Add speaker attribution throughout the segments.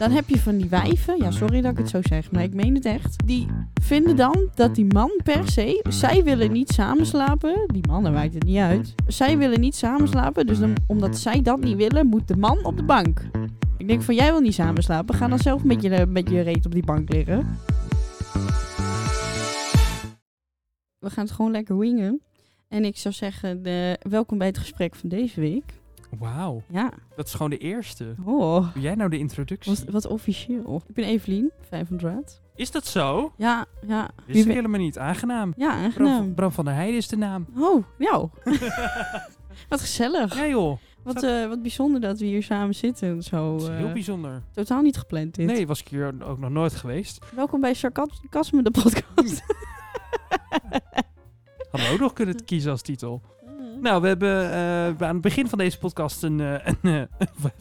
Speaker 1: Dan heb je van die wijven, ja sorry dat ik het zo zeg, maar ik meen het echt. Die vinden dan dat die man per se, zij willen niet samenslapen. Die mannen maakt het niet uit. Zij willen niet samenslapen, dus dan, omdat zij dat niet willen, moet de man op de bank. Ik denk van jij wil niet samenslapen, ga dan zelf met je, met je reet op die bank liggen. We gaan het gewoon lekker wingen. En ik zou zeggen, de, welkom bij het gesprek van deze week.
Speaker 2: Wauw,
Speaker 1: Ja,
Speaker 2: dat is gewoon de eerste.
Speaker 1: oh.
Speaker 2: Doe jij nou de introductie?
Speaker 1: Wat, wat officieel. Ik ben Evelien, 500.
Speaker 2: Is dat zo?
Speaker 1: Ja, ja. Wie
Speaker 2: Wist
Speaker 1: Nou.
Speaker 2: ik
Speaker 1: ben-
Speaker 2: helemaal niet. Aangenaam.
Speaker 1: Ja,
Speaker 2: Bram,
Speaker 1: aangenaam.
Speaker 2: Bram van der Heijden is de naam.
Speaker 1: Oh, nou. wat gezellig.
Speaker 2: Ja joh,
Speaker 1: Wat, eh, wat bijzonder dat we hier samen zitten en zo.
Speaker 2: dat is
Speaker 1: eh,
Speaker 2: heel bijzonder.
Speaker 1: totaal niet gepland dit.
Speaker 2: Nee, was ik hier ook nog nooit geweest.
Speaker 1: Welkom bij Sarcasme, de podcast.
Speaker 2: Hadden we ook nog kunnen kiezen als titel.
Speaker 1: Mm.
Speaker 2: Nou, we hebben eh, aan het begin van deze podcast een, eh, een, eh,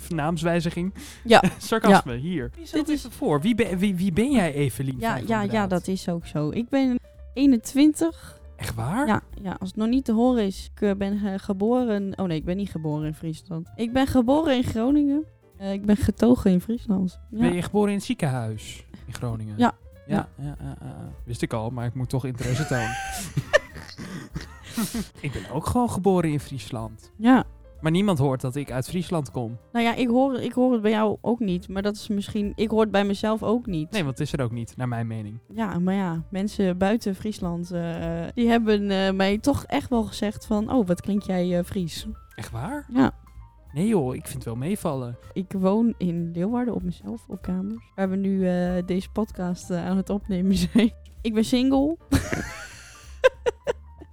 Speaker 2: naamswijziging.
Speaker 1: Ja.
Speaker 2: Sarcasme, hier.
Speaker 1: Dit
Speaker 2: Dit
Speaker 1: is-
Speaker 2: is voor. Wie ben, wie, wie ben jij, Evelien?
Speaker 1: ja,
Speaker 2: van
Speaker 1: ja, ja,
Speaker 2: Inderdaad?
Speaker 1: dat is ook zo. Ik ben 21.
Speaker 2: Echt waar?
Speaker 1: Ja, ja, als het nog niet te horen is. Ik eh, ben eh, geboren... Oh nee, ik ben niet geboren in Friesland. Ik ben geboren in Groningen. Eh, ik ben getogen in Friesland. Ja.
Speaker 2: Ben je geboren in het ziekenhuis in Groningen?
Speaker 1: Ja.
Speaker 2: Ja, ja. ja, ja, ja. wist ik al, maar ik moet toch interesse tonen. ik ben ook gewoon geboren in Friesland.
Speaker 1: ja.
Speaker 2: Maar niemand hoort dat ik uit Friesland kom.
Speaker 1: Nou ja, ik hoor, ik hoor het bij jou ook niet. Maar dat is misschien... Ik hoor het bij mezelf ook niet.
Speaker 2: Nee, want het is er ook niet, naar mijn mening.
Speaker 1: Ja, maar ja, mensen buiten Friesland... eh, die hebben eh, mij toch echt wel gezegd van... Oh, wat klink jij eh, Fries.
Speaker 2: Echt waar?
Speaker 1: Ja.
Speaker 2: Nee joh, ik vind het wel meevallen.
Speaker 1: Ik woon in Leeuwarden op mezelf, op kamers. Waar we nu eh, deze podcast eh, aan het opnemen zijn. Ik ben single.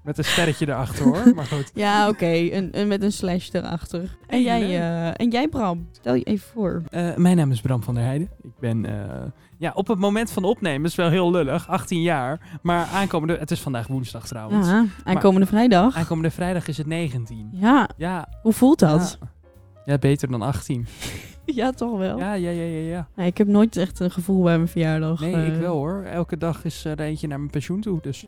Speaker 2: Met een sterretje erachter hoor, maar goed.
Speaker 1: Ja, oké. een, een- met een slash erachter. En
Speaker 2: Hey,
Speaker 1: jij,
Speaker 2: leuk.
Speaker 1: eh, en jij Bram, stel je even voor.
Speaker 2: Eh, mijn naam is Bram van der Heijden. Ik ben eh, ja, op het moment van opnemen, is wel heel lullig, 18 jaar. Maar aankomende, het is vandaag woensdag trouwens.
Speaker 1: Ja, aankomende vrijdag.
Speaker 2: Aankomende vrijdag is het 19.
Speaker 1: Ja,
Speaker 2: Ja,
Speaker 1: hoe voelt dat?
Speaker 2: Ja. Ja, beter dan 18.
Speaker 1: Ja, toch wel.
Speaker 2: Ja, ja, ja, ja. ja.
Speaker 1: Nee, ik heb nooit echt een gevoel bij mijn verjaardag.
Speaker 2: Nee,
Speaker 1: eh.
Speaker 2: ik wel hoor. Elke dag is eh, er eentje naar mijn pensioen toe. Dus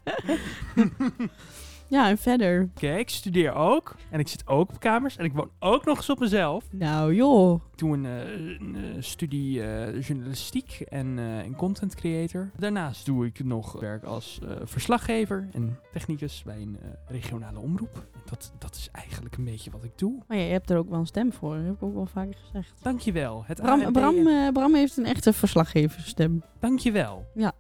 Speaker 1: Ja, en verder.
Speaker 2: kijk, ik studeer ook. En ik zit ook op kamers. En ik woon ook nog eens op mezelf.
Speaker 1: Nou joh.
Speaker 2: Ik doe een, eh, een, eh, studie eh, journalistiek en eh een content creator. Daarnaast doe ik nog werk als eh, verslaggever en technicus bij een eh, regionale omroep. En dat, dat is eigenlijk een beetje wat ik doe.
Speaker 1: Maar ja, je hebt er ook wel een stem voor. Dat heb ik ook wel vaker gezegd.
Speaker 2: Dankjewel. Het
Speaker 1: Bram,
Speaker 2: ANP
Speaker 1: Bram,
Speaker 2: en-
Speaker 1: eh, Bram heeft een echte verslaggeversstem.
Speaker 2: Dankjewel.
Speaker 1: Ja.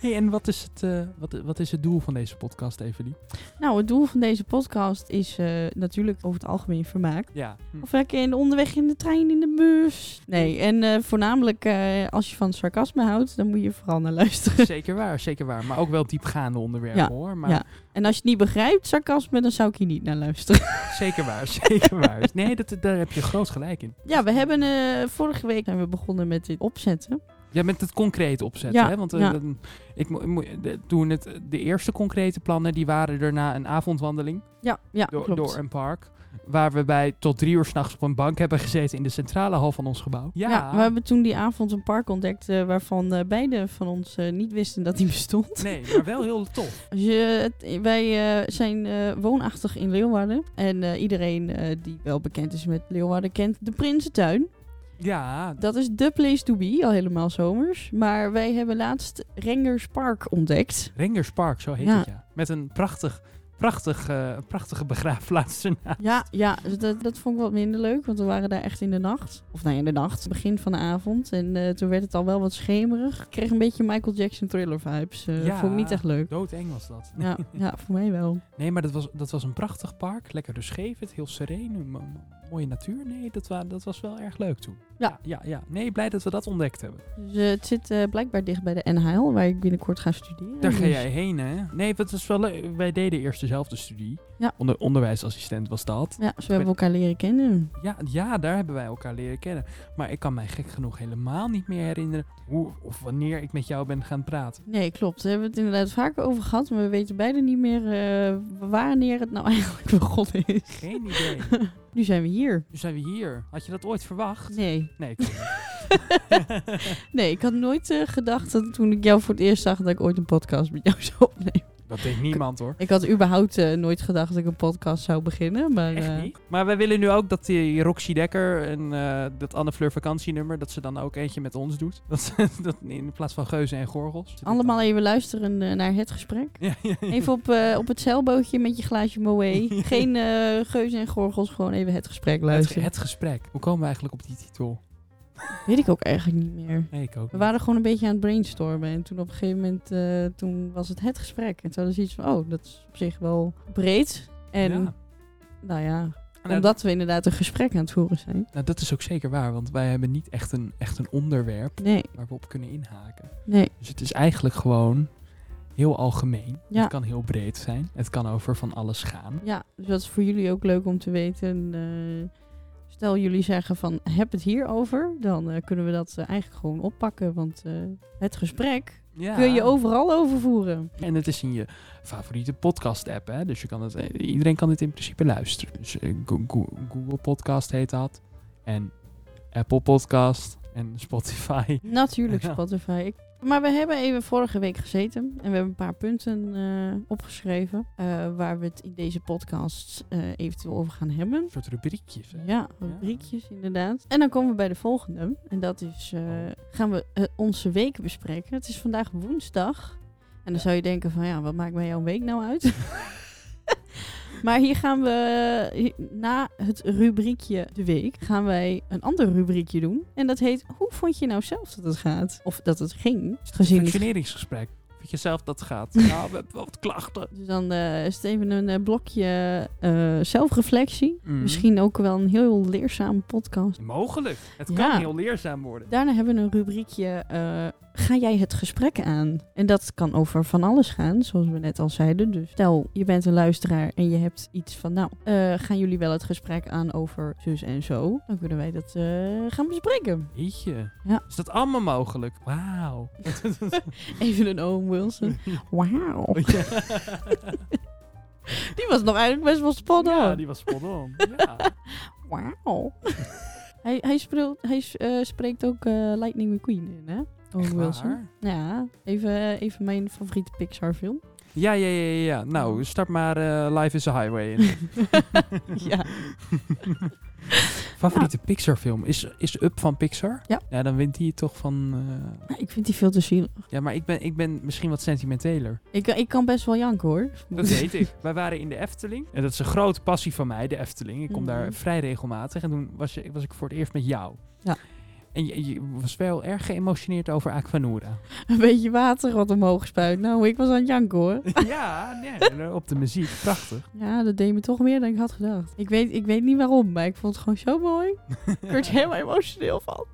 Speaker 2: Hey, en wat is, het, eh, wat, wat is het doel van deze podcast, Evelie?
Speaker 1: Nou, het doel van deze podcast is eh, natuurlijk over het algemeen vermaak.
Speaker 2: Ja. Hm.
Speaker 1: Of lekker in, onderweg in de trein, in de bus. Nee, en eh, voornamelijk eh, als je van sarcasme houdt, dan moet je vooral naar luisteren.
Speaker 2: Zeker waar, zeker waar. Maar ook wel diepgaande onderwerpen
Speaker 1: Ja,
Speaker 2: hoor. Maar
Speaker 1: ja. En als je het niet begrijpt, sarcasme, dan zou ik hier niet naar luisteren.
Speaker 2: zeker waar, zeker waar. Nee, dat, daar heb je groot gelijk in.
Speaker 1: Ja, we hebben eh, vorige week zijn we begonnen met dit opzetten.
Speaker 2: Ja, met het concreet opzetten.
Speaker 1: Ja,
Speaker 2: hè? Want eh,
Speaker 1: ja.
Speaker 2: dan- ik, mo- ik mo- de- toen het, eh, de eerste concrete plannen, die waren daarna een avondwandeling
Speaker 1: Ja, ja
Speaker 2: door,
Speaker 1: klopt.
Speaker 2: door een park. Waar we bij tot drie uur s'nachts op een bank hebben gezeten in de centrale hal van ons gebouw. Ja,
Speaker 1: Ja. we hebben toen die avond een park ontdekt eh, waarvan eh beide van ons eh, niet wisten dat die bestond.
Speaker 2: nee, maar wel heel tof.
Speaker 1: Als je, het- wij eh, zijn eh, woonachtig in Leeuwarden. En eh, iedereen eh, die wel bekend is met Leeuwarden kent de Prinsentuin.
Speaker 2: Ja,
Speaker 1: Dat is de place to be, al helemaal zomers. Maar wij hebben laatst Rengers Park ontdekt.
Speaker 2: Rengers Park, zo heet
Speaker 1: Ja.
Speaker 2: het ja. Met een prachtig, prachtig, eh, prachtige begraafplaats ernaast.
Speaker 1: Ja, ja dus dat, dat vond ik wat minder leuk, want we waren daar echt in de nacht. Of nou, in de nacht, begin van de avond. En eh, toen werd het al wel wat schemerig. Ik kreeg een beetje Michael Jackson thriller vibes. eh
Speaker 2: Ja.
Speaker 1: Vond ik niet echt leuk.
Speaker 2: Doodeng was dat.
Speaker 1: Ja, ja, voor mij wel.
Speaker 2: Nee, maar dat was, dat was een prachtig park. Lekker rustgevend, heel sereen. een mo- mo- Mooie natuur. Nee, dat, wa dat was wel erg leuk toen.
Speaker 1: Ja.
Speaker 2: ja. Ja, Nee, blij dat we dat ontdekt hebben.
Speaker 1: Dus eh, het zit eh, blijkbaar dicht bij de NHL, waar ik binnenkort ga studeren.
Speaker 2: Daar ga
Speaker 1: Dus-
Speaker 2: jij heen, hè? Nee, dat is wel leuk. Wij deden eerst dezelfde studie.
Speaker 1: Ja.
Speaker 2: Onder, onderwijsassistent was dat.
Speaker 1: Ja, dus we hebben elkaar leren kennen.
Speaker 2: Ja, ja, daar hebben wij elkaar leren kennen. Maar ik kan mij gek genoeg helemaal niet meer herinneren hoe of wanneer ik met jou ben gaan praten.
Speaker 1: Nee, klopt. We hebben het inderdaad vaker over gehad, maar we weten beiden niet meer eh, wanneer het nou eigenlijk begonnen is.
Speaker 2: Geen idee.
Speaker 1: Nu zijn we hier.
Speaker 2: Nu zijn we hier. Had je dat ooit verwacht?
Speaker 1: Nee.
Speaker 2: Nee, ik kan niet.
Speaker 1: nee, ik had nooit eh, gedacht dat toen ik jou voor het eerst zag dat ik ooit een podcast met jou zou opnemen.
Speaker 2: Dat denkt niemand hoor.
Speaker 1: Ik had überhaupt eh, nooit gedacht dat ik een podcast zou beginnen. Maar, eh,
Speaker 2: Echt niet. Maar wij willen nu ook dat die Roxy Dekker en eh, dat Anne Fleur vakantienummer, dat ze dan ook eentje met ons doet. Dat, ze- dat in plaats van geuzen en gorgels.
Speaker 1: Allemaal even luisteren eh, naar het gesprek.
Speaker 2: Ja, ja, ja.
Speaker 1: Even op, eh, op het zeilbootje met je glaasje moe. Geen eh, geuzen en gorgels, gewoon even het gesprek
Speaker 2: Het,
Speaker 1: luisteren.
Speaker 2: het gesprek. Hoe komen we eigenlijk op die titel?
Speaker 1: Weet ik ook eigenlijk niet meer.
Speaker 2: Nee, ik ook.
Speaker 1: We
Speaker 2: niet.
Speaker 1: waren gewoon een beetje aan het brainstormen. En toen op een gegeven moment eh, toen was het het gesprek. En toen hadden ze iets van, oh, dat is op zich wel breed. En
Speaker 2: Ja.
Speaker 1: nou ja,
Speaker 2: Nou,
Speaker 1: omdat we inderdaad een gesprek aan het voeren zijn.
Speaker 2: Nou, dat is ook zeker waar, want wij hebben niet echt een, echt een onderwerp
Speaker 1: Nee,
Speaker 2: waar we op kunnen inhaken.
Speaker 1: nee.
Speaker 2: Dus het is eigenlijk gewoon heel algemeen.
Speaker 1: Ja.
Speaker 2: Het kan heel breed zijn. Het kan over van alles gaan.
Speaker 1: Ja, dus dat is voor jullie ook leuk om te weten. eh, stel jullie zeggen van, heb het hierover? Dan eh, kunnen we dat eh, eigenlijk gewoon oppakken. Want eh, het gesprek
Speaker 2: Ja.
Speaker 1: kun je overal overvoeren.
Speaker 2: En het is in je favoriete podcast-app, hè? Dus je kan het, eh, iedereen kan dit in principe luisteren. Dus eh, Go- Go- Google Podcast heet dat. En Apple Podcast. En Spotify.
Speaker 1: Natuurlijk
Speaker 2: Ja.
Speaker 1: Spotify. Ik- maar we hebben even vorige week gezeten en we hebben een paar punten eh, opgeschreven eh, waar we het in deze podcast eh, eventueel over gaan hebben.
Speaker 2: Een soort rubriekjes. Hè?
Speaker 1: Ja, rubriekjes inderdaad. En dan komen we bij de volgende. En dat is, eh,
Speaker 2: Oh.
Speaker 1: gaan we eh, onze week bespreken. Het is vandaag woensdag. En dan zou je denken van, ja, wat maakt mij jouw week nou uit? maar hier gaan we, eh, hi- na het rubriekje de week, gaan wij een ander rubriekje doen. En dat heet, hoe vond je nou zelf dat het gaat? Of dat het ging, gezien het
Speaker 2: Functioneringsgesprek. Vind je zelf dat gaat? nou, we hebben wel wat klachten.
Speaker 1: Dus dan eh, is het even een eh, blokje eh, zelfreflectie.
Speaker 2: Mm.
Speaker 1: Misschien ook wel een heel leerzame podcast.
Speaker 2: Mogelijk. Het kan
Speaker 1: Ja.
Speaker 2: heel leerzaam worden.
Speaker 1: Daarna hebben we een rubriekje, eh, ga jij het gesprek aan? En dat kan over van alles gaan, zoals we net al zeiden. Dus stel, je bent een luisteraar en je hebt iets van, nou, eh, gaan jullie wel het gesprek aan over zus en zo? Dan kunnen wij dat eh, gaan bespreken.
Speaker 2: Weet je?
Speaker 1: Ja.
Speaker 2: Is dat allemaal mogelijk? Wauw.
Speaker 1: Even een Owen Wilson. Wauw.
Speaker 2: Ja.
Speaker 1: Die was nog eigenlijk best wel spot on.
Speaker 2: Ja, die was spot on. Ja.
Speaker 1: Wauw. hij hij, speelt, hij s- eh, spreekt ook eh, Lightning McQueen in, hè?
Speaker 2: Echt
Speaker 1: Owen Oh, Wilson.
Speaker 2: waar?
Speaker 1: Ja, even, eh, even mijn favoriete Pixar film.
Speaker 2: Ja, ja, ja, ja, ja. Nou, start maar eh, Life is a Highway.
Speaker 1: ja.
Speaker 2: Favoriete Pixar-film is, is Up van Pixar.
Speaker 1: Ja.
Speaker 2: Ja, dan wint die het toch van. eh,
Speaker 1: Maar Nou, Ik vind die veel te zielig.
Speaker 2: Ja, maar ik ben, ik ben misschien wat sentimenteler.
Speaker 1: Ik, ik kan best wel janken, hoor.
Speaker 2: Dat weet ik. Wij waren in de Efteling. En dat is een grote passie van mij, de Efteling. Ik kom daar
Speaker 1: Mhm.
Speaker 2: vrij regelmatig. En toen was, je, was ik voor het eerst met jou.
Speaker 1: Ja.
Speaker 2: En je, je was wel erg geëmotioneerd over Aquanura.
Speaker 1: Een beetje water wat omhoog spuit. Nou, ik was aan het janken, hoor.
Speaker 2: ja, nee, eh, op de muziek. Prachtig.
Speaker 1: Ja, dat deed me toch meer dan ik had gedacht. Ik weet, ik weet niet waarom, maar ik vond het gewoon zo mooi. Ik werd er helemaal emotioneel van.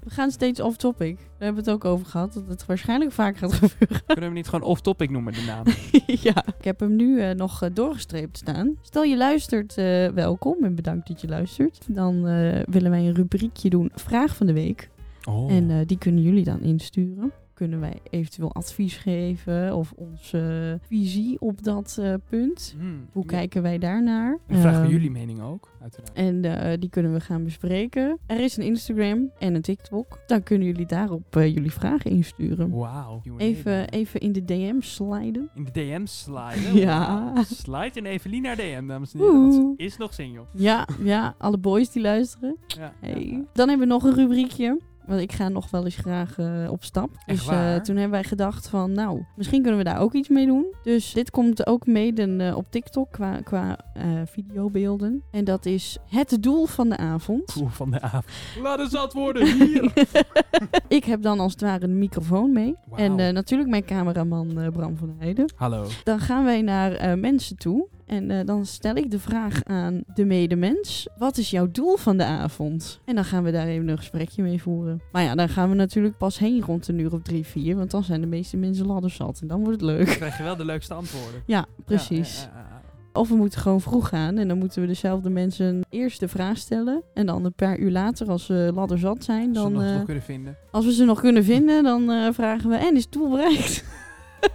Speaker 1: We gaan steeds off-topic. Daar hebben we het ook over gehad. Dat het waarschijnlijk vaak gaat gebeuren.
Speaker 2: Kunnen we niet gewoon off-topic noemen, de naam?
Speaker 1: ja. Ik heb hem nu eh, nog eh, doorgestreept staan. Stel je luistert, eh, welkom en bedankt dat je luistert. Dan eh, willen wij een rubriekje doen, vraag van de week.
Speaker 2: Oh.
Speaker 1: En eh, die kunnen jullie dan insturen. Kunnen wij eventueel advies geven of onze eh, visie op dat eh, punt.
Speaker 2: Hmm.
Speaker 1: Hoe
Speaker 2: Ja.
Speaker 1: kijken wij daarnaar?
Speaker 2: En vragen we
Speaker 1: Ehm,
Speaker 2: jullie mening ook, uiteraard.
Speaker 1: En eh, die kunnen we gaan bespreken. Er is een Instagram en een TikTok. Dan kunnen jullie daarop eh, jullie vragen
Speaker 2: Oh,
Speaker 1: insturen.
Speaker 2: Wauw. Q&A bijna.
Speaker 1: Even, even in de DM sliden.
Speaker 2: In de DM sliden.
Speaker 1: Ja.
Speaker 2: Wauw. Slide in Evelien naar DM, dames en heren. Want ze
Speaker 1: Oeh.
Speaker 2: is nog single.
Speaker 1: Ja, ja, alle boys die luisteren.
Speaker 2: Ja.
Speaker 1: Hey.
Speaker 2: Ja.
Speaker 1: Dan hebben we nog een rubriekje. Want ik ga nog wel eens graag eh, op stap. dus eh,
Speaker 2: waar?
Speaker 1: toen hebben wij gedacht van, nou, misschien kunnen we daar ook iets mee doen. Dus dit komt ook mede eh, op TikTok qua, qua eh, videobeelden. En dat is het doel van de avond.
Speaker 2: Oeh, van de avond. Laat het zat worden, hier.
Speaker 1: ik heb dan als het ware een microfoon mee.
Speaker 2: Wauw.
Speaker 1: En eh, natuurlijk mijn cameraman eh, Bram van Heijden.
Speaker 2: Hallo.
Speaker 1: Dan gaan wij naar eh, mensen toe. En eh, dan stel ik de vraag aan de medemens. Wat is jouw doel van de avond? En dan gaan we daar even een gesprekje mee voeren. Maar ja, dan gaan we natuurlijk pas heen rond een uur of drie, vier. Want dan zijn de meeste mensen ladder zat. En dan wordt het leuk.
Speaker 2: Dan krijg je wel de leukste antwoorden.
Speaker 1: Ja, precies.
Speaker 2: Ja, ja, ja,
Speaker 1: Of we moeten gewoon vroeg gaan. En dan moeten we dezelfde mensen eerst de vraag stellen. En dan een paar uur later, als ze ladder zat zijn.
Speaker 2: ja. Als
Speaker 1: Dan,
Speaker 2: we nog
Speaker 1: eh,
Speaker 2: wel kunnen vinden.
Speaker 1: als we ze nog kunnen vinden, dan eh, vragen we. En is het doel bereikt?
Speaker 2: Ja.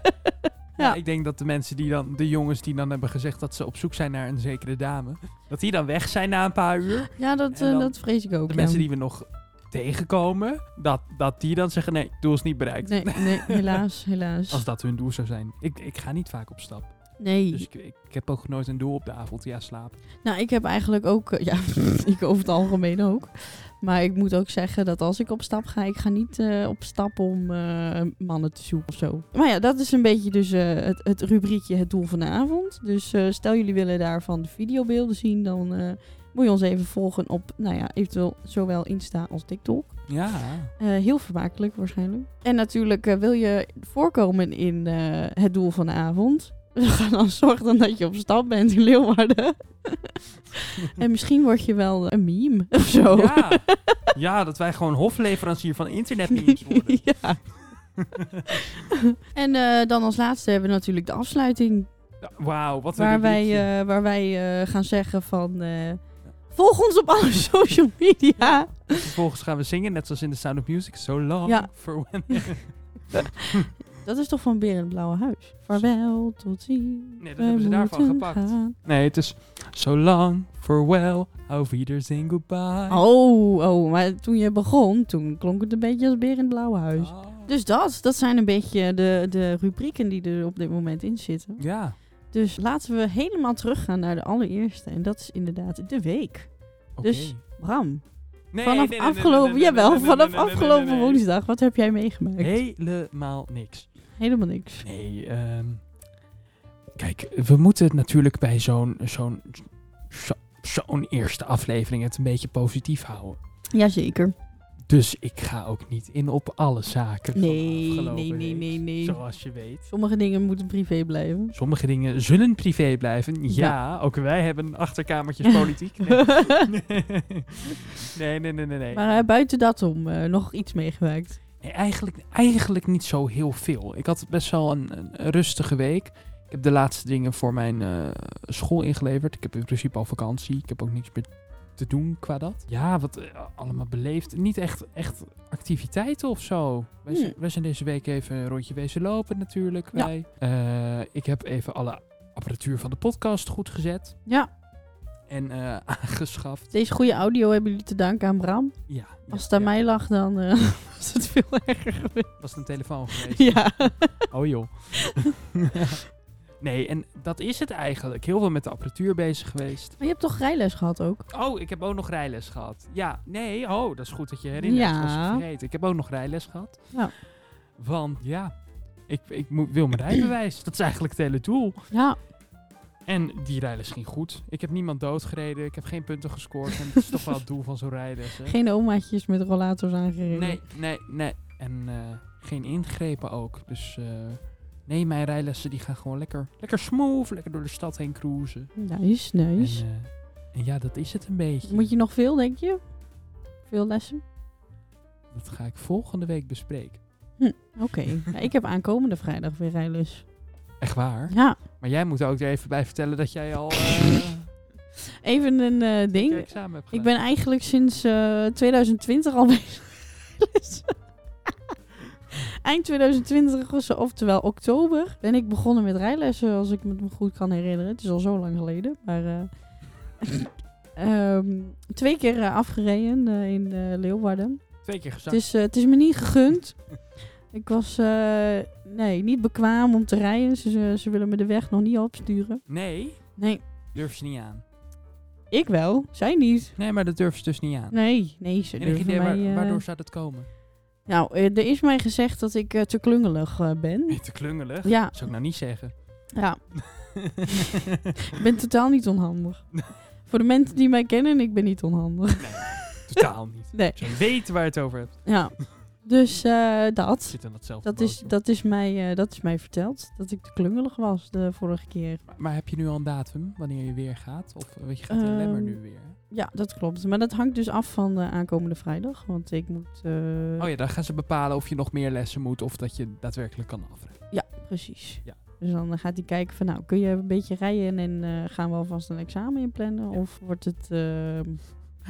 Speaker 1: ja.
Speaker 2: ik denk dat de mensen die dan, de jongens die dan hebben gezegd dat ze op zoek zijn naar een zekere dame, dat die dan weg zijn na een paar uur.
Speaker 1: Ja, dat,
Speaker 2: En
Speaker 1: eh,
Speaker 2: dan
Speaker 1: dat vrees ik ook.
Speaker 2: De
Speaker 1: ja.
Speaker 2: mensen die we nog tegenkomen, dat, dat die dan zeggen, nee, doel is niet bereikt.
Speaker 1: Nee, nee, helaas, helaas.
Speaker 2: Als dat hun doel zou zijn. Ik, ik ga niet vaak op stap.
Speaker 1: Nee.
Speaker 2: Dus ik, ik, ik heb ook nooit een doel op de avond. Ja, slapen.
Speaker 1: Nou, ik heb eigenlijk ook, eh, ja, ik over het algemeen ook. Maar ik moet ook zeggen dat als ik op stap ga, ik ga niet eh, op stap om eh, mannen te zoeken of zo. Maar ja, dat is een beetje dus eh, het, het rubriekje het doel van de avond. Dus eh, stel jullie willen daarvan de videobeelden zien, dan eh, moet je ons even volgen op, nou ja, eventueel zowel Insta als TikTok.
Speaker 2: Ja.
Speaker 1: Eh, heel vermakelijk waarschijnlijk. En natuurlijk eh, wil je voorkomen in eh, het doel van de avond. Ga dan zorg dan dat je op stap bent in Leeuwarden. en misschien word je wel eh, een meme of zo.
Speaker 2: Ja. ja, dat wij gewoon hofleverancier van internetnieuws worden.
Speaker 1: Ja. en eh, dan als laatste hebben we natuurlijk de afsluiting.
Speaker 2: Ja, Wauw, wat een
Speaker 1: Waar wij,
Speaker 2: rubriekje.
Speaker 1: eh, waar wij eh, gaan zeggen van... eh, volg ons op alle social media.
Speaker 2: Vervolgens gaan we zingen, net zoals in The Sound of Music. So long
Speaker 1: eh, Ja.
Speaker 2: for when...
Speaker 1: Dat is toch van Beer in het Blauwe Huis. Vaarwel, tot ziens.
Speaker 2: Nee, dat
Speaker 1: we
Speaker 2: hebben ze daarvan
Speaker 1: moeten
Speaker 2: gepakt.
Speaker 1: gaan.
Speaker 2: Nee, het is so long, farewell, auf Wiedersehen, goodbye.
Speaker 1: Oh, oh, maar toen je begon, toen klonk het een beetje als beer in het blauwe huis.
Speaker 2: Ah.
Speaker 1: Dus dat, dat zijn een beetje de, de rubrieken die er op dit moment in zitten.
Speaker 2: Ja,
Speaker 1: Dus laten we helemaal teruggaan naar de allereerste. En dat is inderdaad de week.
Speaker 2: oké.
Speaker 1: Dus- Bram,
Speaker 2: Nee, nee,
Speaker 1: vanaf
Speaker 2: nee, nee, nee,
Speaker 1: afgelopen...
Speaker 2: nee, nee, nee,
Speaker 1: Jawel,
Speaker 2: nee,
Speaker 1: vanaf
Speaker 2: nee, nee, nee,
Speaker 1: afgelopen
Speaker 2: nee.
Speaker 1: woensdag. Wat heb jij meegemaakt?
Speaker 2: Helemaal niks.
Speaker 1: Helemaal niks.
Speaker 2: Nee, ehm, kijk, we moeten het natuurlijk bij zo'n zo'n zo- zo'n eerste aflevering het een beetje positief houden.
Speaker 1: Jazeker.
Speaker 2: Dus ik ga ook niet in op alle zaken. van de
Speaker 1: Nee,
Speaker 2: afgelopen
Speaker 1: nee, nee,
Speaker 2: week,
Speaker 1: nee, nee.
Speaker 2: Zoals je weet.
Speaker 1: Sommige dingen moeten privé blijven.
Speaker 2: Sommige dingen zullen privé blijven. Ja, ook wij hebben achterkamertjes politiek. Nee. nee, nee, nee, nee. nee.
Speaker 1: Maar eh, buiten dat om, eh, nog iets meegemaakt.
Speaker 2: Nee, eigenlijk, eigenlijk niet zo heel veel. Ik had best wel een, een rustige week. Ik heb de laatste dingen voor mijn eh, school ingeleverd. Ik heb in principe al vakantie. Ik heb ook niks meer te doen qua dat. Ja, wat eh, allemaal beleefd. Niet echt, echt activiteiten of zo. Wij, zijn-
Speaker 1: Hmm.
Speaker 2: wij zijn deze week even een rondje wezen lopen natuurlijk.
Speaker 1: Ja.
Speaker 2: Wij. Eh, ik heb even alle apparatuur van de podcast goed gezet.
Speaker 1: Ja.
Speaker 2: En eh, aangeschaft.
Speaker 1: Deze goede audio hebben jullie te danken aan Bram.
Speaker 2: Ja.
Speaker 1: Als het
Speaker 2: ja,
Speaker 1: aan
Speaker 2: ja.
Speaker 1: mij lag, dan eh, was het veel erger geweest.
Speaker 2: Was het een telefoon geweest?
Speaker 1: Ja.
Speaker 2: Oh joh. nee, en dat is het eigenlijk. Heel veel met de apparatuur bezig geweest.
Speaker 1: Maar je hebt toch rijles gehad ook?
Speaker 2: Oh, ik heb ook nog rijles gehad. Ja, nee, oh, dat is goed dat je herinnert. Ja. was
Speaker 1: Ja.
Speaker 2: het vergeten. Ik heb ook nog rijles gehad.
Speaker 1: Ja.
Speaker 2: Want ja, ik, ik moet, wil mijn rijbewijs. Dat is eigenlijk het hele doel.
Speaker 1: Ja.
Speaker 2: En die rijles ging goed. Ik heb niemand doodgereden. Ik heb geen punten gescoord. En dat is toch wel het doel van zo'n rijles. hè?
Speaker 1: Geen omaatjes met rollators aangereden.
Speaker 2: Nee, nee, nee. En eh, geen ingrepen ook. Dus eh, nee, mijn rijlessen die gaan gewoon lekker, lekker smooth, lekker door de stad heen cruisen.
Speaker 1: Nice,
Speaker 2: En,
Speaker 1: nice.
Speaker 2: eh, en ja, dat is het een beetje.
Speaker 1: Moet je nog veel, denk je? Veel lessen?
Speaker 2: Dat ga ik volgende week bespreken.
Speaker 1: Oké. Ja, ik heb aankomende vrijdag weer rijles.
Speaker 2: Echt waar.
Speaker 1: Ja.
Speaker 2: Maar jij moet ook er even bij vertellen dat jij al eh
Speaker 1: Even een eh,
Speaker 2: je
Speaker 1: ding.
Speaker 2: examen hebt
Speaker 1: Ik
Speaker 2: gedaan.
Speaker 1: ben eigenlijk sinds eh, 2020 al bezig. Dus- Eind 2020, was- oftewel oktober, ben ik begonnen met rijlessen, als ik me goed kan herinneren. Het is al zo lang geleden, maar... eh, ehm, twee keer eh, afgereden eh, in eh, Leeuwarden.
Speaker 2: Twee keer gezakt.
Speaker 1: Het is, eh, het is me niet gegund. Ik was eh, nee, niet bekwaam om te rijden. Ze, ze, ze willen me de weg nog niet opsturen.
Speaker 2: Nee,
Speaker 1: Nee,
Speaker 2: durf ze niet aan.
Speaker 1: ik wel. Zij niet.
Speaker 2: Nee, maar dat durf ze dus niet aan.
Speaker 1: Nee, nee, ze
Speaker 2: Enig
Speaker 1: durven
Speaker 2: idee
Speaker 1: mij...
Speaker 2: waar-
Speaker 1: eh,
Speaker 2: waardoor zou dat komen?
Speaker 1: Nou, eh, er is mij gezegd dat ik eh, te klungelig eh, ben.
Speaker 2: Te klungelig.
Speaker 1: Ja,
Speaker 2: Zou ik nou niet zeggen.
Speaker 1: ja, ik ben totaal niet onhandig. Voor de mensen die mij kennen, ik ben niet onhandig.
Speaker 2: Totaal niet.
Speaker 1: Nee,
Speaker 2: Ik zou weten waar je het over hebt.
Speaker 1: ja. Dus eh, dat.
Speaker 2: zit in datzelfde
Speaker 1: Dat is,
Speaker 2: bootje.
Speaker 1: dat, is mij, eh, dat is mij verteld, dat ik te klungelig was de vorige keer.
Speaker 2: Maar, maar heb je nu al een datum wanneer je weer gaat? Of eh, weet je, gaat in
Speaker 1: Ehm,
Speaker 2: Lemmer nu weer? hè?
Speaker 1: Ja, dat klopt. Maar dat hangt dus af van de aankomende vrijdag. Want ik moet... eh,
Speaker 2: Oh ja, dan gaan ze bepalen of je nog meer lessen moet of dat je daadwerkelijk kan afrijden.
Speaker 1: Ja, precies.
Speaker 2: Ja.
Speaker 1: Dus dan gaat hij kijken van, nou, kun je een beetje rijden en eh, gaan we alvast een examen inplannen?
Speaker 2: Ja.
Speaker 1: Of wordt het eh,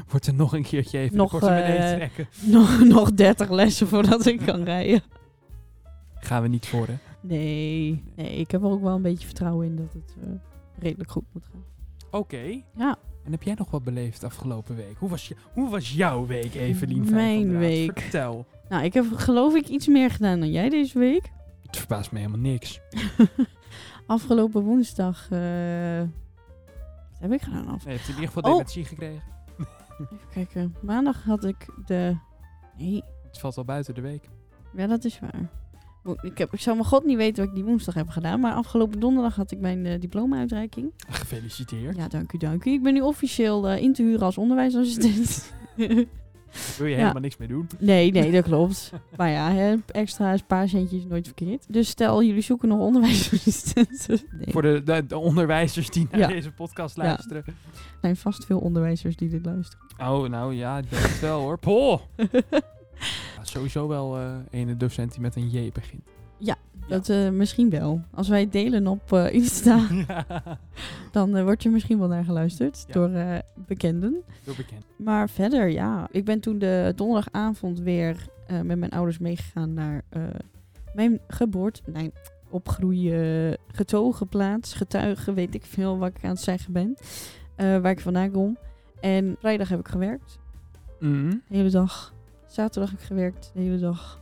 Speaker 2: Wordt er nog een keertje even
Speaker 1: Nog,
Speaker 2: de portemonnee
Speaker 1: eh,
Speaker 2: trekken?
Speaker 1: nog, nog 30 lessen voordat ik kan rijden?
Speaker 2: Gaan we niet voor, hè?
Speaker 1: Nee, nee, ik heb er ook wel een beetje vertrouwen in dat het eh, redelijk goed moet gaan.
Speaker 2: Oké.
Speaker 1: Ja.
Speaker 2: En heb jij nog wat beleefd afgelopen week? Hoe was, je, hoe was jouw week, Evelien? van
Speaker 1: Mijn
Speaker 2: Van Draat?
Speaker 1: week.
Speaker 2: Vertel.
Speaker 1: Nou, ik heb geloof ik iets meer gedaan dan jij deze week.
Speaker 2: Het verbaast me helemaal niks.
Speaker 1: Afgelopen woensdag. eh, wat heb ik gedaan? Af?
Speaker 2: Nee, je hebt in ieder geval
Speaker 1: Oh.
Speaker 2: dementie gekregen.
Speaker 1: Even kijken. Maandag had ik de. Nee,
Speaker 2: Het valt al buiten de week.
Speaker 1: ja, dat is waar. Wo- Ik, heb, ik zou mijn god niet weten wat ik die woensdag heb gedaan. Maar afgelopen donderdag had ik mijn eh, diploma-uitreiking.
Speaker 2: Gefeliciteerd.
Speaker 1: Ja, dank u, dank u. Ik ben nu officieel eh, in te huren als onderwijsassistent.
Speaker 2: Wil je
Speaker 1: Ja.
Speaker 2: helemaal niks meer doen?
Speaker 1: nee, nee, dat klopt. Maar ja, hè, extra spaarcentje is nooit verkeerd. Dus stel, jullie zoeken nog onderwijsassistenten. Nee.
Speaker 2: Voor de, de, de onderwijzers die naar
Speaker 1: Ja.
Speaker 2: deze podcast
Speaker 1: Ja.
Speaker 2: luisteren.
Speaker 1: Er zijn vast veel onderwijzers die dit luisteren.
Speaker 2: Oh, nou ja, ik denk het wel hoor. Poh! Ja, sowieso wel eh ene docent die met een J begint.
Speaker 1: Dat eh, misschien wel. Als wij het delen op eh, Insta,
Speaker 2: Ja.
Speaker 1: dan eh, wordt er misschien wel naar geluisterd
Speaker 2: Ja.
Speaker 1: door eh, bekenden.
Speaker 2: Heel bekend.
Speaker 1: Maar verder, ja. Ik ben toen de donderdagavond weer eh, met mijn ouders meegegaan naar eh, mijn geboorte. Nee, opgroeien, getogen plaats, getuigen, weet ik veel wat ik aan het zeggen ben. eh, waar ik vandaan kom. En vrijdag heb ik gewerkt,
Speaker 2: Mhm.
Speaker 1: de hele dag. Zaterdag heb ik gewerkt, de hele dag.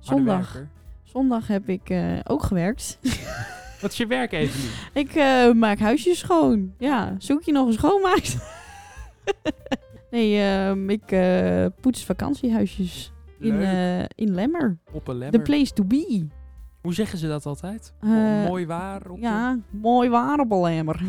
Speaker 2: Harde
Speaker 1: Zondag,
Speaker 2: werker.
Speaker 1: zondag heb ik eh, ook gewerkt.
Speaker 2: Wat is je werk, Evelien?
Speaker 1: Ik eh, maak huisjes schoon. Ja, zoek je nog een schoonmaakster? nee, ehm, ik eh, poets vakantiehuisjes in,
Speaker 2: Leuk.
Speaker 1: eh, in Lemmer.
Speaker 2: op een
Speaker 1: The
Speaker 2: lemmer.
Speaker 1: place to be.
Speaker 2: Hoe zeggen ze dat altijd?
Speaker 1: Eh,
Speaker 2: Mo- mooi waar? Op
Speaker 1: ja, mooi waar op een Lemmer.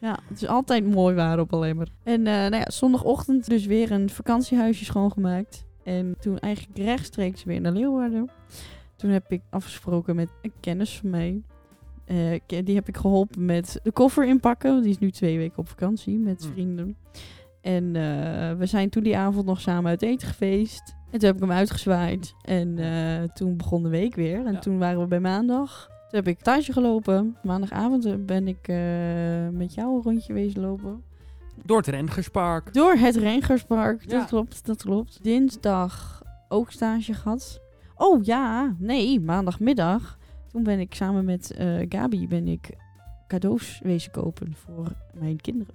Speaker 1: ja, het is altijd mooi waar op een Lemmer. En eh, nou ja, zondagochtend dus weer een vakantiehuisje schoongemaakt. En toen eigenlijk rechtstreeks weer naar Leeuwarden. Toen heb ik afgesproken met een kennis van mij. Eh, ik- die heb ik geholpen met de koffer inpakken. Want die is nu twee weken op vakantie met
Speaker 2: Mm.
Speaker 1: vrienden. En eh, we zijn toen die avond nog samen uit eten geweest. En toen heb ik hem uitgezwaaid. En eh, toen begon de week weer. En
Speaker 2: Ja.
Speaker 1: toen waren we bij maandag. Toen heb ik stage gelopen. Maandagavond eh, ben ik eh, met jou een rondje wezen lopen.
Speaker 2: een- Door het Rengerspark.
Speaker 1: Door het Rengerspark.
Speaker 2: Ja.
Speaker 1: Dat klopt, dat klopt. Dinsdag ook stage gehad. Oh ja, nee, maandagmiddag. Toen ben ik samen met eh, Gabi ben ik cadeaus wezen kopen voor mijn kinderen.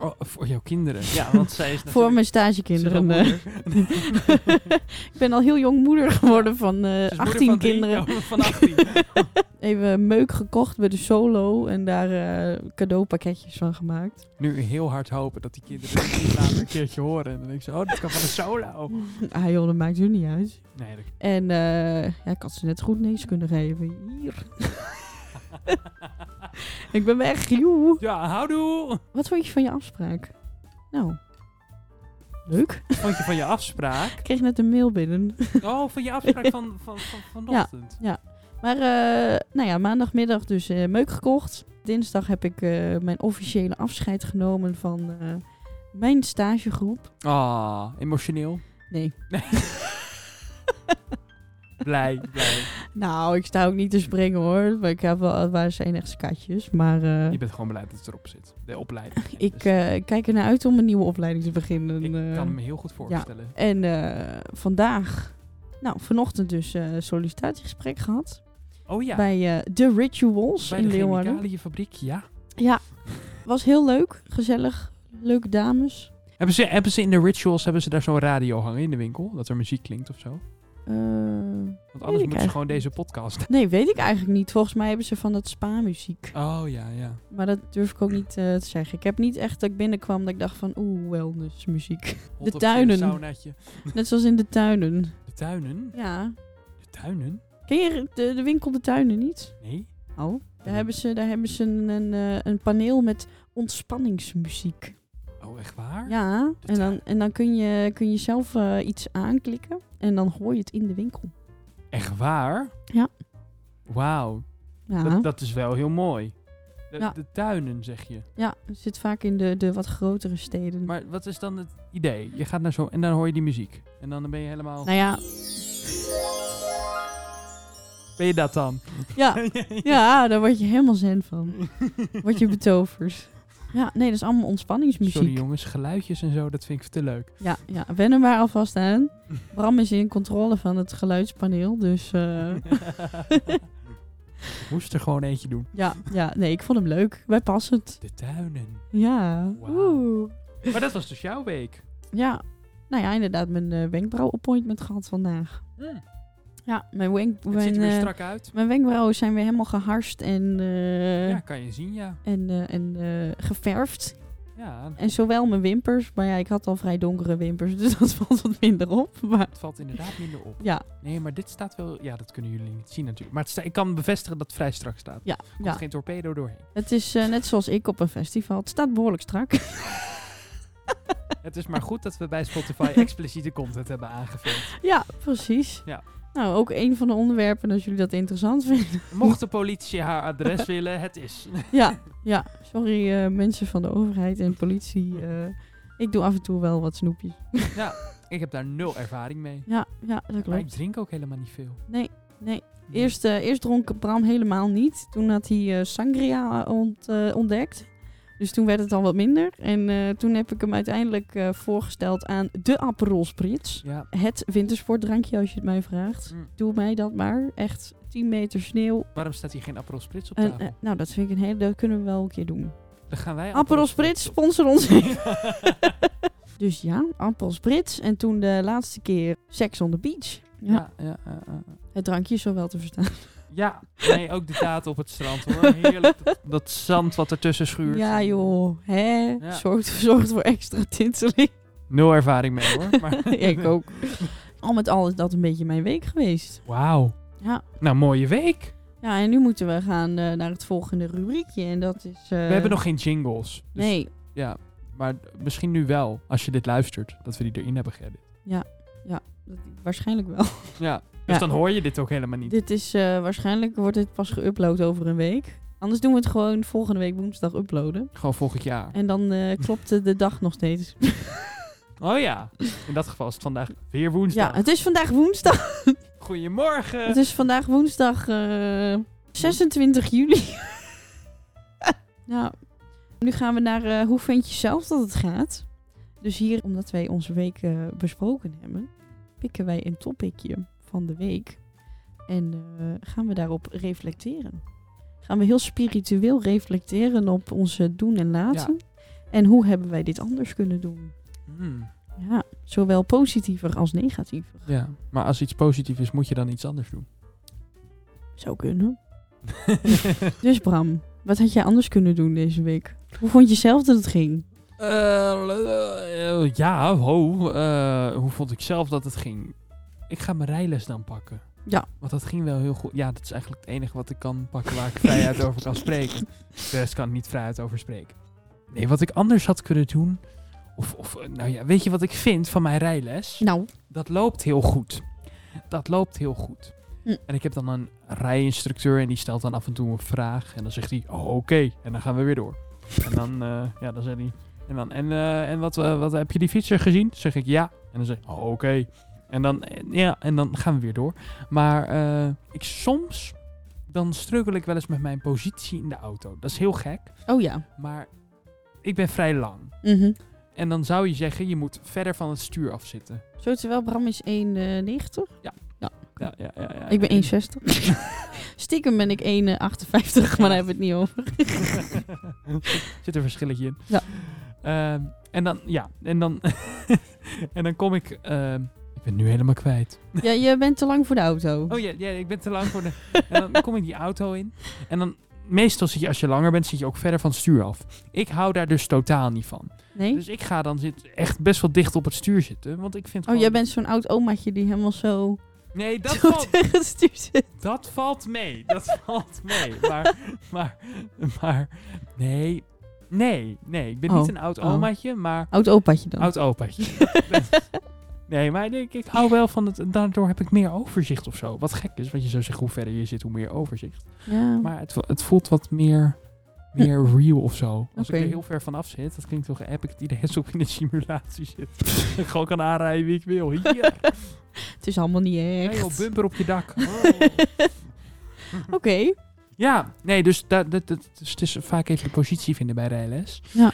Speaker 2: Oh, voor jouw kinderen. Ja, want zij is natuurlijk...
Speaker 1: Voor mijn
Speaker 2: ze is al
Speaker 1: stagekinderen. eh.
Speaker 2: moeder.
Speaker 1: ik ben al heel jong moeder geworden van eh,
Speaker 2: Ze is moeder
Speaker 1: 18
Speaker 2: van drie,
Speaker 1: kinderen.
Speaker 2: ja, van 18.
Speaker 1: Even meuk gekocht bij de solo en daar eh, cadeaupakketjes van gemaakt.
Speaker 2: nu heel hard hopen dat die kinderen het later een keertje horen. En dan denk ik zo, oh, dat kan van een solo.
Speaker 1: Ah joh, dat maakt hun niet uit.
Speaker 2: Nee, dat
Speaker 1: En eh, ja, ik had ze net goed niks kunnen geven. Hier. ik ben weg, joe.
Speaker 2: Ja, houdoe!
Speaker 1: Wat vond je van je afspraak? Nou, leuk.
Speaker 2: Vond je van je afspraak?
Speaker 1: Ik kreeg net een mail binnen.
Speaker 2: Oh, van je afspraak van, van, van vanochtend.
Speaker 1: Maar eh, nou ja, maandagmiddag dus eh, meuk gekocht. Dinsdag heb ik eh, mijn officiële afscheid genomen van eh, mijn stagegroep.
Speaker 2: Ah, emotioneel.
Speaker 1: Nee,
Speaker 2: Blij, blij.
Speaker 1: nou, ik sta ook niet te springen hoor. Maar ik heb wel, waar zijn echt skatjes. Maar eh,
Speaker 2: Je bent gewoon blij dat het erop zit. De opleiding.
Speaker 1: ik
Speaker 2: Dus
Speaker 1: eh, kijk ernaar uit om een nieuwe opleiding te beginnen.
Speaker 2: ik
Speaker 1: eh.
Speaker 2: kan me heel goed voorstellen.
Speaker 1: En eh, vandaag, nou vanochtend dus eh, sollicitatiegesprek gehad
Speaker 2: Oh ja, bij,
Speaker 1: bij eh, The Rituals in
Speaker 2: de
Speaker 1: Leeuwarden.
Speaker 2: chemicaliënfabriek, ja.
Speaker 1: Ja, was heel leuk, gezellig, leuke dames.
Speaker 2: Hebben ze, hebben ze in de rituals, hebben ze daar zo'n radio hangen in de winkel? Dat er muziek klinkt of zo?
Speaker 1: Eh,
Speaker 2: Want
Speaker 1: ik
Speaker 2: anders moeten ze
Speaker 1: eigenlijk
Speaker 2: gewoon
Speaker 1: niet.
Speaker 2: deze podcast...
Speaker 1: nee, weet ik eigenlijk niet. Volgens mij hebben ze van dat spa-muziek.
Speaker 2: Oh ja, ja.
Speaker 1: Maar dat durf ik ook niet eh, te zeggen. Ik heb niet echt dat ik binnenkwam dat ik dacht van oeh, wellnessmuziek.
Speaker 2: Hot op z'n
Speaker 1: tuinen.
Speaker 2: saunaatje.
Speaker 1: Net zoals in de tuinen.
Speaker 2: De tuinen?
Speaker 1: Ja.
Speaker 2: De tuinen?
Speaker 1: Ken je de, de winkel De Tuinen niet?
Speaker 2: Nee.
Speaker 1: Oh. Daar hebben ze, daar hebben ze een, een, eh, een paneel met ontspanningsmuziek.
Speaker 2: Oh, echt waar?
Speaker 1: Ja,
Speaker 2: De
Speaker 1: en dan,
Speaker 2: tuin.
Speaker 1: en dan kun, je, kun je zelf eh, iets aanklikken en dan hoor je het in de winkel.
Speaker 2: Echt waar?
Speaker 1: Ja.
Speaker 2: Wauw,
Speaker 1: Ja,
Speaker 2: dat, dat is wel heel mooi. De,
Speaker 1: Ja.
Speaker 2: de tuinen, zeg je.
Speaker 1: ja het zit vaak in de, de wat grotere steden.
Speaker 2: Maar wat is dan het idee? Je gaat naar zo en dan hoor je die muziek. En dan ben je helemaal...
Speaker 1: nou ja,
Speaker 2: Ben je dat dan?
Speaker 1: ja, ja, daar word je helemaal zen van. Word je betoverd. Ja, nee, dat is allemaal ontspanningsmuziek.
Speaker 2: Sorry jongens, geluidjes en zo, dat vind ik te leuk.
Speaker 1: Ja, ja, wen er maar alvast aan. Bram is in controle van het geluidspaneel, dus... eh,
Speaker 2: Moest er gewoon eentje doen.
Speaker 1: Ja, ja, nee, ik vond hem leuk. Wij passen het.
Speaker 2: De tuinen.
Speaker 1: Ja.
Speaker 2: Wauw.
Speaker 1: Oeh.
Speaker 2: Maar dat was dus jouw week.
Speaker 1: Ja. Nou ja, inderdaad, mijn eh, wenkbrauw-appointment gehad vandaag. Ja, mijn, wenk
Speaker 2: Het ziet
Speaker 1: Hm. mijn,
Speaker 2: er weer
Speaker 1: eh,
Speaker 2: strak uit.
Speaker 1: mijn wenkbrauwen zijn weer helemaal geharst en, eh,
Speaker 2: Ja, kan je zien, ja.
Speaker 1: en, eh, en eh, geverfd.
Speaker 2: Ja,
Speaker 1: En zowel mijn wimpers, maar ja, ik had al vrij donkere wimpers, dus dat valt wat minder op. Maar
Speaker 2: het valt inderdaad minder op.
Speaker 1: ja,
Speaker 2: Nee, maar dit staat wel... Ja, dat kunnen jullie niet zien natuurlijk. Maar het sta- ik kan bevestigen dat het vrij strak staat.
Speaker 1: ja,
Speaker 2: Er komt
Speaker 1: ja.
Speaker 2: geen torpedo doorheen.
Speaker 1: het is eh, net zoals ik op een festival. Het staat behoorlijk strak.
Speaker 2: Het is maar goed dat we bij Spotify expliciete content hebben aangevuld.
Speaker 1: ja, precies.
Speaker 2: Ja.
Speaker 1: Nou, ook een van de onderwerpen, als jullie dat interessant vinden.
Speaker 2: Mocht de politie haar adres willen, het is.
Speaker 1: ja, ja, sorry eh, mensen van de overheid en politie. eh, ik doe af en toe wel wat snoepjes.
Speaker 2: Ik heb daar nul ervaring mee.
Speaker 1: Ja, ja dat
Speaker 2: Maar ik
Speaker 1: klopt.
Speaker 2: drink ook helemaal niet veel. Mm.
Speaker 1: Nee, nee. Eerst, eh, eerst dronk Bram helemaal niet. Toen had hij eh, sangria ont- eh, ontdekt. Dus toen werd het al wat minder. En eh, toen heb ik hem uiteindelijk eh, voorgesteld aan de Aperol Spritz.
Speaker 2: Ja.
Speaker 1: Het wintersportdrankje, als je het mij vraagt.
Speaker 2: Mm.
Speaker 1: Doe mij dat maar. Echt 10 meter sneeuw.
Speaker 2: Waarom staat hier geen Aperol Spritz op
Speaker 1: En,
Speaker 2: tafel?
Speaker 1: eh, nou, dat vind ik een hele... Dat kunnen we wel een keer doen.
Speaker 2: Dan gaan wij
Speaker 1: Aperol Spritz,
Speaker 2: op-
Speaker 1: sponsor ons. dus ja, Aperol Spritz. En toen de laatste keer Sex on the Beach. Ja,
Speaker 2: Ja, ja, ja, ja.
Speaker 1: Het drankje is zo wel te verstaan.
Speaker 2: ja. Nee, ook de daad op het strand hoor. Heerlijk. Dat, dat zand wat ertussen schuurt.
Speaker 1: Ja joh, hè?
Speaker 2: Ja.
Speaker 1: Zorgt, zorgt voor extra tinteling.
Speaker 2: Nul ervaring mee hoor. Maar...
Speaker 1: ik ook. Al met al is dat een beetje mijn week geweest.
Speaker 2: Wauw.
Speaker 1: Ja,
Speaker 2: Nou, mooie week.
Speaker 1: ja en nu moeten we gaan eh, naar het volgende rubriekje. En dat is... eh,
Speaker 2: We hebben nog geen jingles. Dus
Speaker 1: Nee,
Speaker 2: Ja, maar misschien nu wel, als je dit luistert, dat we die erin hebben geëdit.
Speaker 1: dat- waarschijnlijk wel.
Speaker 2: Ja, dus
Speaker 1: Ja.
Speaker 2: dan hoor je dit ook helemaal niet.
Speaker 1: Dit is eh, waarschijnlijk, wordt dit pas geüpload over een week. Anders doen we het gewoon volgende week woensdag uploaden.
Speaker 2: Gewoon volgend jaar.
Speaker 1: En dan eh, klopt de- de dag nog steeds.
Speaker 2: Oh ja, in dat geval is het vandaag weer woensdag.
Speaker 1: Ja, het is vandaag woensdag.
Speaker 2: Goedemorgen.
Speaker 1: Het is vandaag woensdag eh, 26 juli. nou, nu gaan we naar eh, hoe vind je zelf dat het gaat. Dus hier, omdat wij onze week eh, besproken hebben, pikken wij een topicje van de week. En eh, gaan we daarop reflecteren. Gaan we heel spiritueel reflecteren op onze doen en laten. En hoe hebben wij dit anders kunnen doen?
Speaker 2: Hmm,
Speaker 1: Ja, zowel positiever als negatiever.
Speaker 2: Ja, maar als iets positief is, moet je dan iets anders doen.
Speaker 1: Zou kunnen. Dus Bram, wat had jij anders kunnen doen deze week? Hoe vond je zelf dat het ging?
Speaker 2: Eh, eh, ja, ho. eh, hoe vond ik zelf dat het ging? Ik ga mijn rijles dan pakken.
Speaker 1: Ja.
Speaker 2: Want dat ging wel heel goed. Ja, dat is eigenlijk het enige wat ik kan pakken waar ik vrijheid over kan spreken. De rest kan ik niet vrijheid over spreken. Nee, wat ik anders had kunnen doen. Of, of eh, nou ja, weet je wat ik vind van mijn rijles?
Speaker 1: Nou,
Speaker 2: Dat loopt heel goed. Dat loopt heel goed.
Speaker 1: Hm.
Speaker 2: En ik heb dan een rijinstructeur en die stelt dan af en toe een vraag. En dan zegt hij, oh, oké. En dan gaan we weer door. En dan, eh, ja, dan zegt hij. En dan, en, eh, en wat, eh, wat heb je die fietser gezien? Zeg ik ja. En dan zeg ik, oh, oké. En dan, eh, ja, en dan gaan we weer door. Maar eh, ik soms, dan struggle ik wel eens met mijn positie in de auto. Dat is heel gek,
Speaker 1: oh ja.
Speaker 2: maar ik ben vrij lang.
Speaker 1: Mhm.
Speaker 2: En dan zou je zeggen, je moet verder van het stuur afzitten.
Speaker 1: Zo terwijl Bram is 1,90.
Speaker 2: Ja, ja, ja, ja.
Speaker 1: ik ben
Speaker 2: En-
Speaker 1: 1,60. Stiekem ben ik 1,58, maar daar hebben we het niet over.
Speaker 2: Zit een verschilletje in.
Speaker 1: Ja.
Speaker 2: Ehm, en dan, ja, en dan, en dan kom ik. ehm, ik ben nu helemaal kwijt.
Speaker 1: Ja, je bent te lang voor de auto.
Speaker 2: Oh ja, ja, ik ben te lang voor de. en dan kom ik die auto in. En dan, meestal zit je, als je langer bent, zit je ook verder van het stuur af. Ik hou daar dus totaal niet van.
Speaker 1: nee?
Speaker 2: Dus ik ga dan zit echt best wel dicht op het stuur zitten. Want ik vind.
Speaker 1: oh,
Speaker 2: gewoon-
Speaker 1: jij bent zo'n oud omaatje die helemaal zo,
Speaker 2: Nee, dat
Speaker 1: zo
Speaker 2: valt,
Speaker 1: tegen het stuur zit.
Speaker 2: dat valt mee. Dat valt mee. Maar, maar, maar. Nee. Nee, nee. Ik ben
Speaker 1: Oh.
Speaker 2: niet een oud
Speaker 1: Oh.
Speaker 2: omaatje, maar.
Speaker 1: Oud opaatje dan.
Speaker 2: Oud opaatje. nee, maar ik, ik hou wel van het. Daardoor heb ik meer overzicht of zo. Wat gek is, want je zou zeggen: hoe verder je zit, hoe meer overzicht.
Speaker 1: ja.
Speaker 2: Maar het, vo- het voelt wat meer, meer real of zo. Als
Speaker 1: Oké.
Speaker 2: ik er heel ver vanaf zit, dat klinkt toch heb ik het idee alsof ik in een simulatie zit. Dat ik gewoon kan aanrijden wie ik wil. Hier,
Speaker 1: Het is allemaal niet echt.
Speaker 2: hey, joh, bumper op je dak. Oh.
Speaker 1: Oké.
Speaker 2: Ja, nee, dus, dat, dat, dat, dus het is vaak even de positie vinden bij rijles.
Speaker 1: Ja.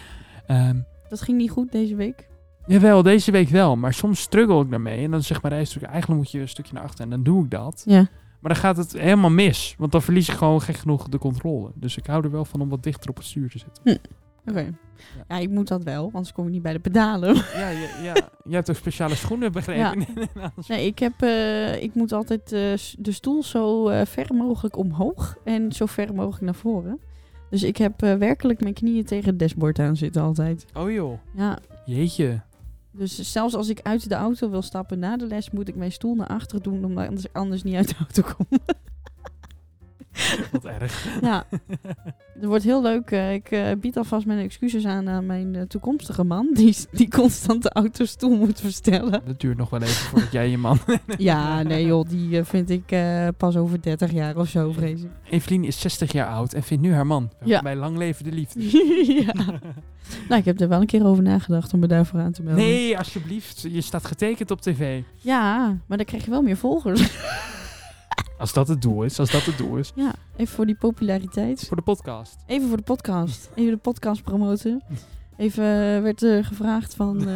Speaker 2: Ehm,
Speaker 1: Dat ging niet goed deze week.
Speaker 2: Jawel, deze week wel. Maar soms struggle ik daarmee. En dan zeg maar rijstuk, eigenlijk moet je een stukje naar achter. En dan doe ik dat.
Speaker 1: Ja.
Speaker 2: Maar dan gaat het helemaal mis. Want dan verlies ik gewoon gek genoeg de controle. Dus ik hou er wel van om wat dichter op het stuur te zitten.
Speaker 1: Oké. Ja, ik moet dat wel, anders kom ik niet bij de pedalen.
Speaker 2: Ja, ja, ja. jij hebt ook speciale schoenen begrepen. Anders-
Speaker 1: Nee, ik, heb, eh, ik moet altijd eh, s- de stoel zo eh, ver mogelijk omhoog en zo ver mogelijk naar voren. Dus ik heb eh, werkelijk mijn knieën tegen het dashboard aan zitten altijd.
Speaker 2: Oh joh.
Speaker 1: Ja,
Speaker 2: Jeetje.
Speaker 1: dus zelfs als ik uit de auto wil stappen na de les, moet ik mijn stoel naar achteren doen, omdat ik anders, anders niet uit de auto kom.
Speaker 2: Wat erg.
Speaker 1: ja, het wordt heel leuk. Eh, ik eh, bied alvast mijn excuses aan aan mijn eh, toekomstige man, die, die constant de autostoel moet verstellen.
Speaker 2: Dat duurt nog wel even voordat jij je man...
Speaker 1: Ja, nee joh, die eh, vind ik eh, pas over 30 jaar of zo, vrees ik.
Speaker 2: Evelien is 60 jaar oud en vindt nu haar man.
Speaker 1: Ja.
Speaker 2: Bij lang leven de liefde.
Speaker 1: ja. Nou, ik heb er wel een keer over nagedacht om me daarvoor aan te melden.
Speaker 2: Nee, alsjeblieft. Je staat getekend op tv.
Speaker 1: Ja, maar dan krijg je wel meer volgers.
Speaker 2: Als dat het doel is, als dat het doel is.
Speaker 1: ja, even voor die populariteit.
Speaker 2: Voor de podcast.
Speaker 1: Even voor de podcast. Even de podcast promoten. Even eh, werd eh, gevraagd van... eh,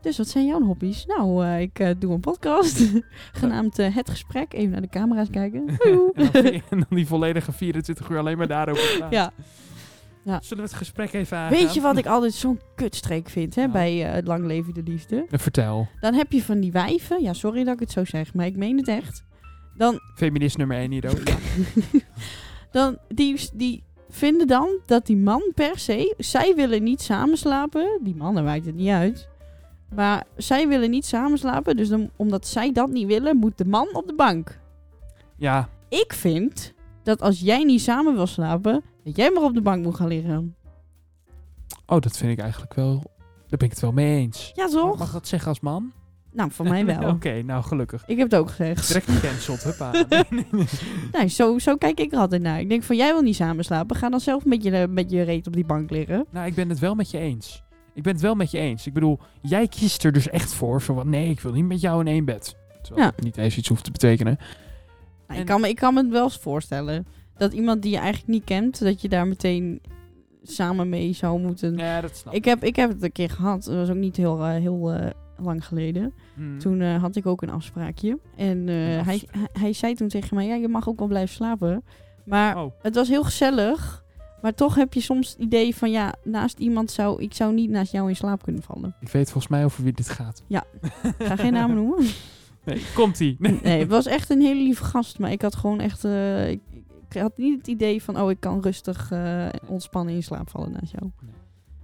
Speaker 1: dus wat zijn jouw hobby's? Nou, eh, ik eh, doe een podcast. Genaamd eh, Het Gesprek. Even naar de camera's kijken.
Speaker 2: en, dan, en dan die volledige 24 uur alleen maar daarover praten.
Speaker 1: ja.
Speaker 2: Zullen we het gesprek even aangaan?
Speaker 1: Weet je wat ik altijd zo'n kutstreek vind hè,
Speaker 2: Nou.
Speaker 1: bij eh, het Lang Leven de Liefde?
Speaker 2: Eh, Vertel.
Speaker 1: Dan heb je van die wijven... Ja, sorry dat ik het zo zeg, maar ik meen het echt. Dan
Speaker 2: Feminist nummer 1 hier ook.
Speaker 1: dan, die, die vinden dan dat die man per se... Zij willen niet samenslapen. Die mannen maakt het niet uit. Maar zij willen niet samenslapen. Dus dan, omdat zij dat niet willen, moet de man op de bank.
Speaker 2: Ja,
Speaker 1: Ik vind dat als jij niet samen wil slapen... dat jij maar op de bank moet gaan liggen.
Speaker 2: oh, dat vind ik eigenlijk wel. Daar ben ik het wel mee eens.
Speaker 1: Ja, toch?
Speaker 2: Mag ik dat zeggen als man?
Speaker 1: Nou, voor mij wel.
Speaker 2: Oké, nou gelukkig.
Speaker 1: Ik heb het ook gezegd.
Speaker 2: Direct gecanceld, huppa. Nee, nee, nee.
Speaker 1: Nee, zo, zo kijk ik er altijd naar. Ik denk van, jij wil niet samenslapen. Ga dan zelf met je, met je reet op die bank liggen.
Speaker 2: nou, ik ben het wel met je eens. Ik ben het wel met je eens. Ik bedoel, jij kiest er dus echt voor. Zo van, nee, ik wil niet met jou in één bed. Terwijl
Speaker 1: Ja.
Speaker 2: het niet eens iets hoeft te betekenen.
Speaker 1: Nou,
Speaker 2: En-
Speaker 1: ik, kan me, ik kan me het wel eens voorstellen. Dat iemand die je eigenlijk niet kent, dat je daar meteen samen mee zou moeten.
Speaker 2: Ja, dat snap
Speaker 1: Ik, heb, ik heb het een keer gehad. Dat was ook niet heel, eh, heel eh, lang geleden.
Speaker 2: Hmm.
Speaker 1: Toen eh, had ik ook een afspraakje. En eh,
Speaker 2: Een
Speaker 1: hij,
Speaker 2: afspraak.
Speaker 1: hij, hij zei toen tegen mij, ja, je mag ook wel blijven slapen. Maar
Speaker 2: Oh,
Speaker 1: het was heel gezellig. Maar toch heb je soms het idee van, ja, naast iemand zou... Ik zou niet naast jou in slaap kunnen vallen.
Speaker 2: ik weet volgens mij over wie dit gaat.
Speaker 1: Ja. Ik ga geen namen noemen.
Speaker 2: Nee, komt-ie. Nee.
Speaker 1: Nee, het was echt een hele lieve gast. Maar ik had gewoon echt... eh, ik, ik had niet het idee van... Oh, ik kan rustig eh, ontspannen in slaap vallen naast jou.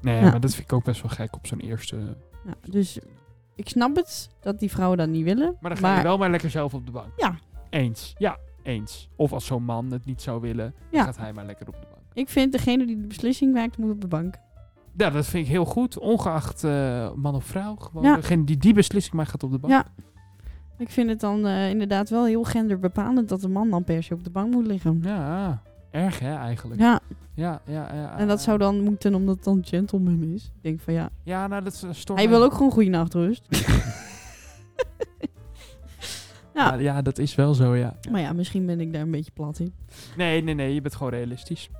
Speaker 2: Nee,
Speaker 1: Ja.
Speaker 2: maar dat vind ik ook best wel gek op zo'n eerste...
Speaker 1: Ja, dus ik snap het dat die vrouwen dat niet willen.
Speaker 2: Maar dan ga je wel maar lekker zelf op de bank.
Speaker 1: Ja.
Speaker 2: Eens. Ja, eens. Of als zo'n man het niet zou willen, dan
Speaker 1: Ja.
Speaker 2: gaat hij maar lekker op de bank.
Speaker 1: ik vind degene die de beslissing maakt, moet op de bank.
Speaker 2: Ja, dat vind ik heel goed. Ongeacht eh, man of vrouw. Gewoon
Speaker 1: Ja.
Speaker 2: degene die die beslissing maakt, gaat op de bank.
Speaker 1: Ja. Ik vind het dan eh, inderdaad wel heel genderbepalend dat de man dan per se op de bank moet liggen.
Speaker 2: Ja, ah. erg hè, eigenlijk. Ja, Ah.
Speaker 1: Ja,
Speaker 2: ja, ja.
Speaker 1: en dat zou dan moeten omdat het dan gentleman is. Ik denk van ja,
Speaker 2: Ja, nou, dat stormt.
Speaker 1: hij wil ook gewoon goede nachtrust.
Speaker 2: Ja.
Speaker 1: ja,
Speaker 2: ja, dat is wel zo, ja.
Speaker 1: maar ja, misschien ben ik daar een beetje plat in.
Speaker 2: Nee, nee, nee, je bent gewoon realistisch.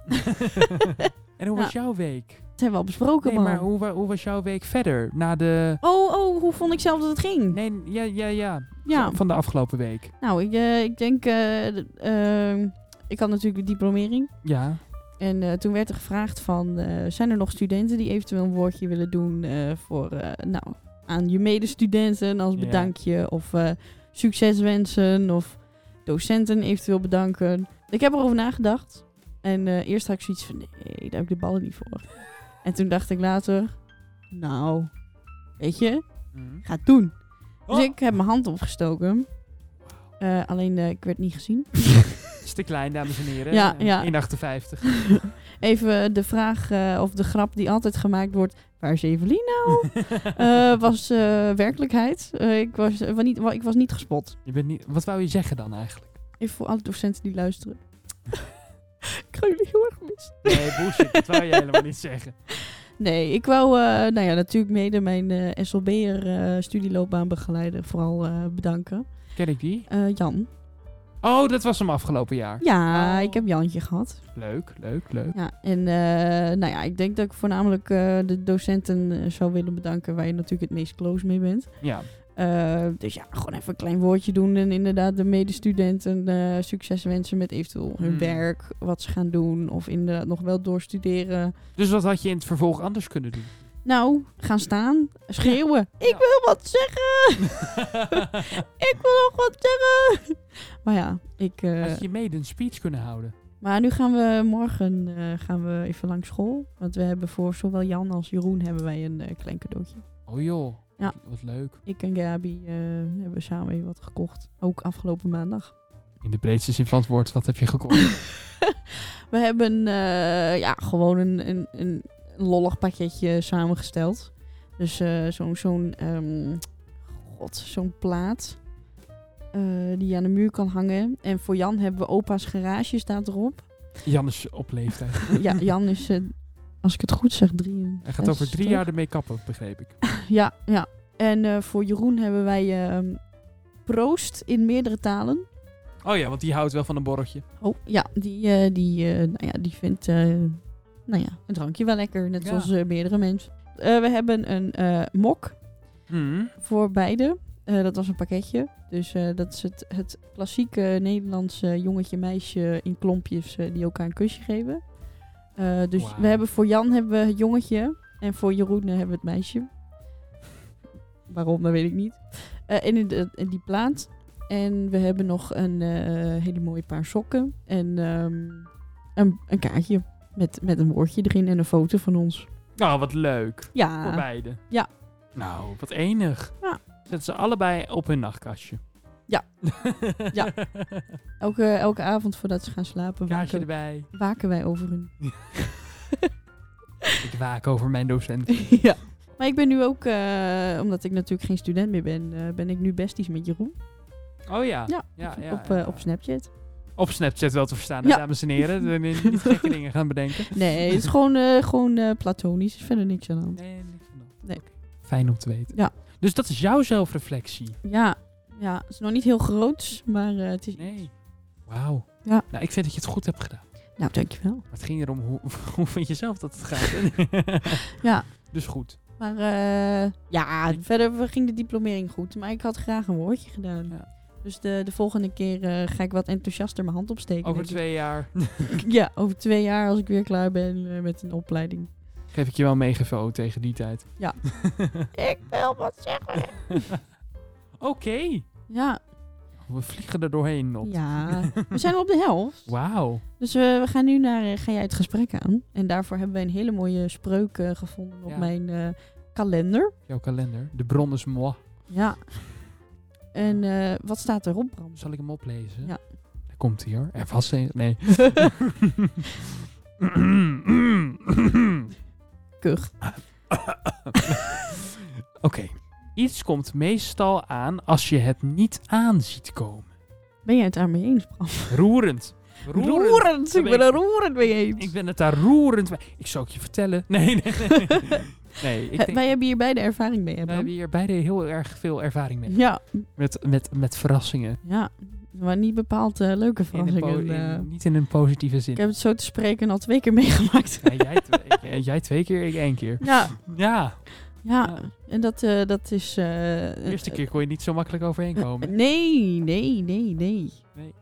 Speaker 2: en hoe was jouw week?
Speaker 1: Dat hebben we al besproken,
Speaker 2: Nee,
Speaker 1: man.
Speaker 2: maar hoe, wa- hoe was jouw week verder? Na de...
Speaker 1: Oh, oh, hoe vond ik zelf dat het ging?
Speaker 2: Nee, ja, ja, ja.
Speaker 1: ja,
Speaker 2: Van de afgelopen week.
Speaker 1: nou, ik, eh, ik denk... eh, d- ehm, ik had natuurlijk de diplomering.
Speaker 2: Ja.
Speaker 1: En eh, toen werd er gevraagd van... eh, zijn er nog studenten die eventueel een woordje willen doen eh, voor... eh, nou, aan je medestudenten als
Speaker 2: Ja.
Speaker 1: bedankje. Of eh, succes wensen. Of docenten eventueel bedanken. Ik heb erover nagedacht. En eh, eerst had ik zoiets van... Nee, daar heb ik de ballen niet voor. En toen dacht ik later... Nou, weet je, ga het doen. Dus
Speaker 2: Oh,
Speaker 1: ik heb mijn hand opgestoken. Eh, alleen eh, ik werd niet gezien.
Speaker 2: het is te klein, dames en heren.
Speaker 1: Ja,
Speaker 2: Eh,
Speaker 1: ja.
Speaker 2: 1,58.
Speaker 1: Even de vraag eh, of de grap die altijd gemaakt wordt. Waar is Evelien nou? Eh, was eh, werkelijkheid. Eh, ik, was, eh, wa- niet, wa- ik was niet gespot.
Speaker 2: Je bent niet... Wat wou je zeggen dan eigenlijk?
Speaker 1: Even voor alle docenten die luisteren. ik ga jullie heel erg mis.
Speaker 2: Nee, bullshit. dat wou je helemaal niet zeggen.
Speaker 1: Nee, ik wou eh, nou ja, natuurlijk mede mijn eh SLB'er eh studieloopbaanbegeleider vooral eh, bedanken.
Speaker 2: Ken ik die?
Speaker 1: Eh, Jan.
Speaker 2: Oh, dat was hem afgelopen jaar.
Speaker 1: Ja,
Speaker 2: Oh.
Speaker 1: ik heb Jantje gehad.
Speaker 2: Leuk, leuk, leuk.
Speaker 1: Ja, en eh, nou ja, ik denk dat ik voornamelijk eh, de docenten eh, zou willen bedanken waar je natuurlijk het meest close mee bent.
Speaker 2: Ja.
Speaker 1: Eh, Eh, dus ja, gewoon even een klein woordje doen en inderdaad de medestudenten eh, succes wensen met eventueel hun
Speaker 2: Mm.
Speaker 1: werk, wat ze gaan doen of inderdaad nog wel doorstuderen.
Speaker 2: Dus wat had je in het vervolg anders kunnen doen?
Speaker 1: Nou, gaan staan, schreeuwen. Ik wil wat zeggen! ik wil nog wat zeggen! Maar ja, ik... eh,
Speaker 2: Had je mede een speech kunnen houden?
Speaker 1: Maar nu gaan we morgen eh, gaan we even langs school. Want we hebben voor zowel Jan als Jeroen hebben wij een eh, klein cadeautje.
Speaker 2: Oh joh,
Speaker 1: Ja.
Speaker 2: wat leuk.
Speaker 1: Ik en Gabi eh, hebben samen even wat gekocht. Ook afgelopen maandag.
Speaker 2: In de breedste zin van het woord, wat heb je gekocht?
Speaker 1: We hebben eh, ja, gewoon een, een, een lollig pakketje samengesteld. Dus eh, zo'n zo'n ehm, god, zo'n plaat eh, die je aan de muur kan hangen. En voor Jan hebben we opa's garage staat erop.
Speaker 2: Jan is op leeftijd.
Speaker 1: ja, Jan is, eh, als ik het goed zeg, drie.
Speaker 2: Hij gaat over drie jaar ermee kappen, begreep ik.
Speaker 1: Ja, ja. En eh, voor Jeroen hebben wij ehm, proost in meerdere talen.
Speaker 2: Oh ja, want die houdt wel van een borreltje.
Speaker 1: Oh, ja, die, eh, die, eh, nou ja, die vindt eh, nou ja, een drankje wel lekker, net
Speaker 2: Ja.
Speaker 1: zoals eh, meerdere mensen. Eh, we hebben een eh, mok
Speaker 2: Hmm.
Speaker 1: voor beide. Eh, dat was een pakketje. Dus eh, dat is het, het klassieke Nederlandse jongetje-meisje in klompjes eh, die elkaar een kusje geven. Eh, dus
Speaker 2: Wauw.
Speaker 1: we hebben voor Jan hebben we het jongetje en voor Jeroen eh, hebben we het meisje. Waarom, dat weet ik niet. Eh, en in, de- in die plaat. En we hebben nog een eh, hele mooie paar sokken. En ehm, een, een kaartje met, met een woordje erin en een foto van ons.
Speaker 2: Nou, wat leuk.
Speaker 1: Ja,
Speaker 2: Voor beide.
Speaker 1: Ah. Ja.
Speaker 2: Nou, wat enig.
Speaker 1: Ja.
Speaker 2: Zetten ze allebei op hun nachtkastje.
Speaker 1: Ja. Ja. elke, elke avond voordat ze gaan slapen
Speaker 2: Kaartje
Speaker 1: waken,
Speaker 2: erbij.
Speaker 1: waken wij over hun.
Speaker 2: Ik waak over mijn docent.
Speaker 1: ja. Maar ik ben nu ook, eh, omdat ik natuurlijk geen student meer ben, eh, ben ik nu besties met Jeroen.
Speaker 2: Oh ja.
Speaker 1: Ja,
Speaker 2: ja,
Speaker 1: op,
Speaker 2: ja,
Speaker 1: op, eh,
Speaker 2: ja.
Speaker 1: op Snapchat.
Speaker 2: Op Snapchat wel te verstaan, hè,
Speaker 1: Ja.
Speaker 2: dames en heren. Dan Niet niet gekke dingen gaan bedenken.
Speaker 1: Nee, het is gewoon, eh, gewoon eh, platonisch. Er is verder niks aan de hand.
Speaker 2: Nee, niks van dat.
Speaker 1: Nee.
Speaker 2: Oké. Fijn om te weten.
Speaker 1: Ja.
Speaker 2: Dus dat is jouw zelfreflectie.
Speaker 1: Ja, ja, het is nog niet heel groot, maar eh, het is...
Speaker 2: Nee. Wauw.
Speaker 1: Ja.
Speaker 2: Nou, ik vind dat je het goed hebt gedaan.
Speaker 1: Nou, dankjewel.
Speaker 2: Maar het ging erom hoe, hoe vind je zelf dat het gaat.
Speaker 1: Ja.
Speaker 2: Dus goed.
Speaker 1: Maar eh, ja, verder ging de diplomering goed. Maar ik had graag een woordje gedaan.
Speaker 2: Ja.
Speaker 1: Dus de, de volgende keer eh, ga ik wat enthousiaster mijn hand opsteken.
Speaker 2: Over
Speaker 1: denk
Speaker 2: twee jaar
Speaker 1: ik. Ja, over twee jaar als ik weer klaar ben eh, met een opleiding.
Speaker 2: geef ik je wel een MVO tegen die tijd.
Speaker 1: Ja.
Speaker 2: ik wil wat zeggen. Oké.
Speaker 1: Ja,
Speaker 2: We vliegen er doorheen op.
Speaker 1: ja. we zijn al op de helft.
Speaker 2: Wauw.
Speaker 1: Dus eh, we gaan nu naar eh, Ga jij het gesprek aan? En daarvoor hebben wij een hele mooie spreuk eh, gevonden op
Speaker 2: Ja.
Speaker 1: mijn eh, kalender.
Speaker 2: Jouw kalender. De bron is moi.
Speaker 1: Ja. En eh, wat staat erop, Bram?
Speaker 2: Zal ik hem oplezen?
Speaker 1: Ja.
Speaker 2: Daar komt hij hoor. Er was een... Nee.
Speaker 1: Kuch.
Speaker 2: Oké. Iets komt meestal aan als je het niet aan ziet komen.
Speaker 1: Ben jij het daarmee eens, Bram?
Speaker 2: Roerend.
Speaker 1: Roerend! Ik ben er roerend mee eens.
Speaker 2: Ik ben het daar roerend bij. Ik zou het je vertellen. Nee, nee, nee. nee
Speaker 1: Eh,
Speaker 2: ik denk,
Speaker 1: Wij hebben hier beide ervaring mee, hè,
Speaker 2: we
Speaker 1: Bram?
Speaker 2: hebben hier beide heel erg veel ervaring mee.
Speaker 1: Ja,
Speaker 2: Met, met, met verrassingen.
Speaker 1: ja. Maar niet bepaald eh, leuke
Speaker 2: In een po-
Speaker 1: verrassingen.
Speaker 2: in-
Speaker 1: eh.
Speaker 2: niet in een positieve zin.
Speaker 1: ik heb het zo te spreken al twee keer meegemaakt.
Speaker 2: Ja, jij, twee, eh, jij twee keer, ik één keer.
Speaker 1: ja,
Speaker 2: Ja,
Speaker 1: ja.
Speaker 2: Ja.
Speaker 1: En dat, eh, dat is... eh,
Speaker 2: de eerste keer kon je niet zo makkelijk overheen komen.
Speaker 1: Nee, nee, nee, nee.
Speaker 2: Nee.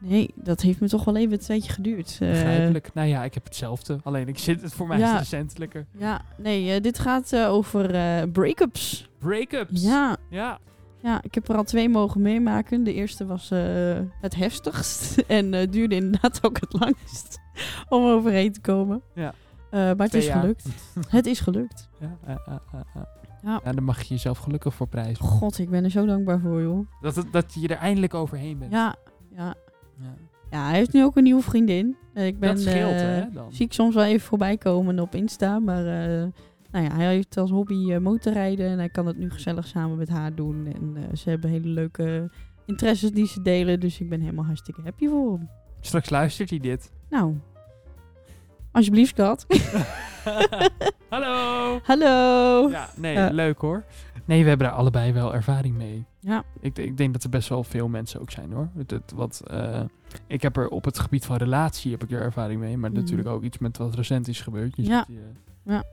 Speaker 1: Nee, dat heeft me toch wel even een tijdje geduurd. Eh,
Speaker 2: Begrijpelijk. Nou ja, ik heb hetzelfde. Alleen ik zit, het voor mij is
Speaker 1: Ja.
Speaker 2: het recentelijker.
Speaker 1: ja, nee, eh, dit gaat eh, over eh break-ups.
Speaker 2: Break-ups.
Speaker 1: Ja,
Speaker 2: ja.
Speaker 1: ja, ik heb er al twee mogen meemaken. De eerste was eh, het heftigst en eh, duurde inderdaad ook het langst om overheen te komen.
Speaker 2: Ja.
Speaker 1: Eh, maar het
Speaker 2: Twee
Speaker 1: is
Speaker 2: jaar.
Speaker 1: gelukt. Het is gelukt.
Speaker 2: Ja, eh, eh, eh, eh.
Speaker 1: Ja.
Speaker 2: ja, daar mag je jezelf gelukkig voor prijzen.
Speaker 1: God, ik ben er zo dankbaar voor, joh.
Speaker 2: Dat, het- dat je er eindelijk overheen bent.
Speaker 1: Ja, ja.
Speaker 2: Ja.
Speaker 1: ja hij heeft nu ook een nieuwe vriendin. Eh, ik ben,
Speaker 2: dat scheelt,
Speaker 1: eh,
Speaker 2: hè? Dan.
Speaker 1: Zie ik soms wel even voorbij komen op Insta. Maar eh, nou ja, hij heeft als hobby eh, motorrijden. En hij kan dat nu gezellig samen met haar doen. En eh, ze hebben hele leuke interesses die ze delen. Dus ik ben helemaal hartstikke happy voor hem.
Speaker 2: Straks luistert hij dit.
Speaker 1: Nou, alsjeblieft, kat.
Speaker 2: Hallo!
Speaker 1: Hallo.
Speaker 2: Ja, nee,
Speaker 1: Ja.
Speaker 2: leuk hoor. Nee, we hebben daar allebei wel ervaring mee.
Speaker 1: Ja.
Speaker 2: Ik, ik denk dat er best wel veel mensen ook zijn hoor. Het, het- wat, eh, ik heb er op het gebied van relatie heb ik er ervaring mee. Maar
Speaker 1: Mhm.
Speaker 2: natuurlijk ook iets met wat recent is gebeurd. Dus
Speaker 1: Ja.
Speaker 2: dat je-
Speaker 1: Ja.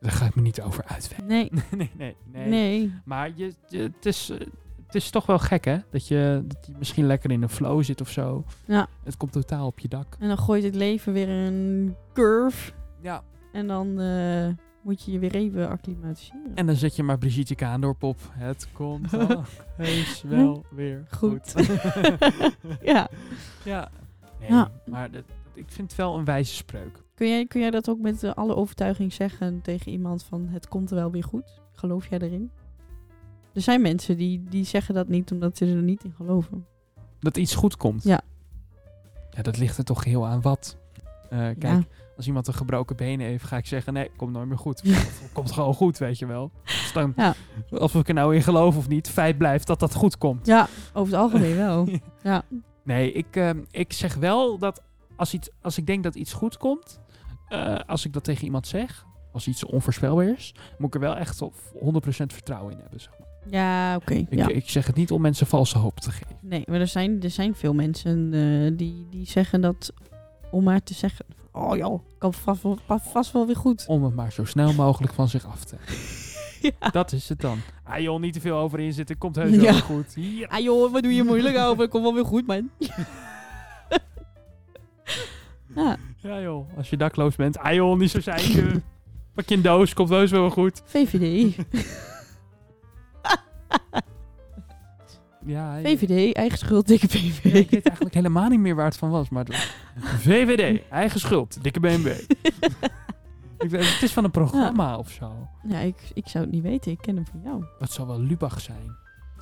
Speaker 2: Daar ga ik me niet over uitweiden.
Speaker 1: Nee,
Speaker 2: nee, nee, nee.
Speaker 1: nee.
Speaker 2: Maar je, je- het, is, eh, het is toch wel gek, hè? Dat je, dat je misschien lekker in een flow zit of zo.
Speaker 1: Ja.
Speaker 2: Het komt totaal op je dak.
Speaker 1: En dan gooit het leven weer een curve.
Speaker 2: Ja.
Speaker 1: En dan eh, moet je je weer even acclimatiseren.
Speaker 2: En dan zet je maar Brigitte Kaandorp op. Het komt al heus wel weer goed.
Speaker 1: Goed. ja.
Speaker 2: ja. Nee,
Speaker 1: Ja.
Speaker 2: maar dat, ik vind het wel een wijze spreuk.
Speaker 1: Kun jij, kun jij dat ook met eh, alle overtuiging zeggen tegen iemand van het komt er wel weer goed? Geloof jij erin? Er zijn mensen die, die zeggen dat niet omdat ze er niet in geloven.
Speaker 2: Dat iets goed komt.
Speaker 1: Ja.
Speaker 2: Ja, dat ligt er toch heel aan wat. Eh, kijk,
Speaker 1: Ja.
Speaker 2: als iemand een gebroken been heeft, ga ik zeggen, nee, komt nooit meer goed. Het komt gewoon goed, weet je wel. Dus dan,
Speaker 1: Ja.
Speaker 2: Of ik er nou in geloof of niet, feit blijft dat dat goed komt.
Speaker 1: Ja, over het algemeen wel.
Speaker 2: Nee, ik, ehm, ik zeg wel dat als, iets, als ik denk dat iets goed komt, eh, als ik dat tegen iemand zeg, als iets onvoorspelbaar is, moet ik er wel echt op 100% vertrouwen in hebben. Zeg maar.
Speaker 1: Ja, oké.
Speaker 2: ik, eh,
Speaker 1: ja.
Speaker 2: ik zeg het niet om mensen valse hoop te geven.
Speaker 1: Nee, maar er zijn, er zijn veel mensen eh, die, die zeggen dat om maar te zeggen. Oh joh, kan vast wel, pa- vast wel weer goed.
Speaker 2: Om het maar zo snel mogelijk van zich af te.
Speaker 1: Ja.
Speaker 2: Dat is het dan. Ah joh, niet te veel over inzitten, komt heus wel
Speaker 1: Ja.
Speaker 2: weer goed. Hier.
Speaker 1: Ah joh, wat doe je moeilijk over? Kom wel weer goed, man. ja,
Speaker 2: Ja joh, als je dakloos bent, ah joh, niet zo zeiken. Pak je een doos, komt heus wel weer goed.
Speaker 1: VVD.
Speaker 2: Oh, Ja, joh.
Speaker 1: VVD, eigen schuld, dikke
Speaker 2: Ja, ik weet
Speaker 1: VVD.
Speaker 2: eigenlijk helemaal niet meer waar het van was. Maar het- VVD, eigen schuld, dikke BMW. ik, weet- het is van een programma of zo.
Speaker 1: Ja, ik, ik zou het niet weten. Ik ken hem van jou.
Speaker 2: Het zou wel Lubach zijn.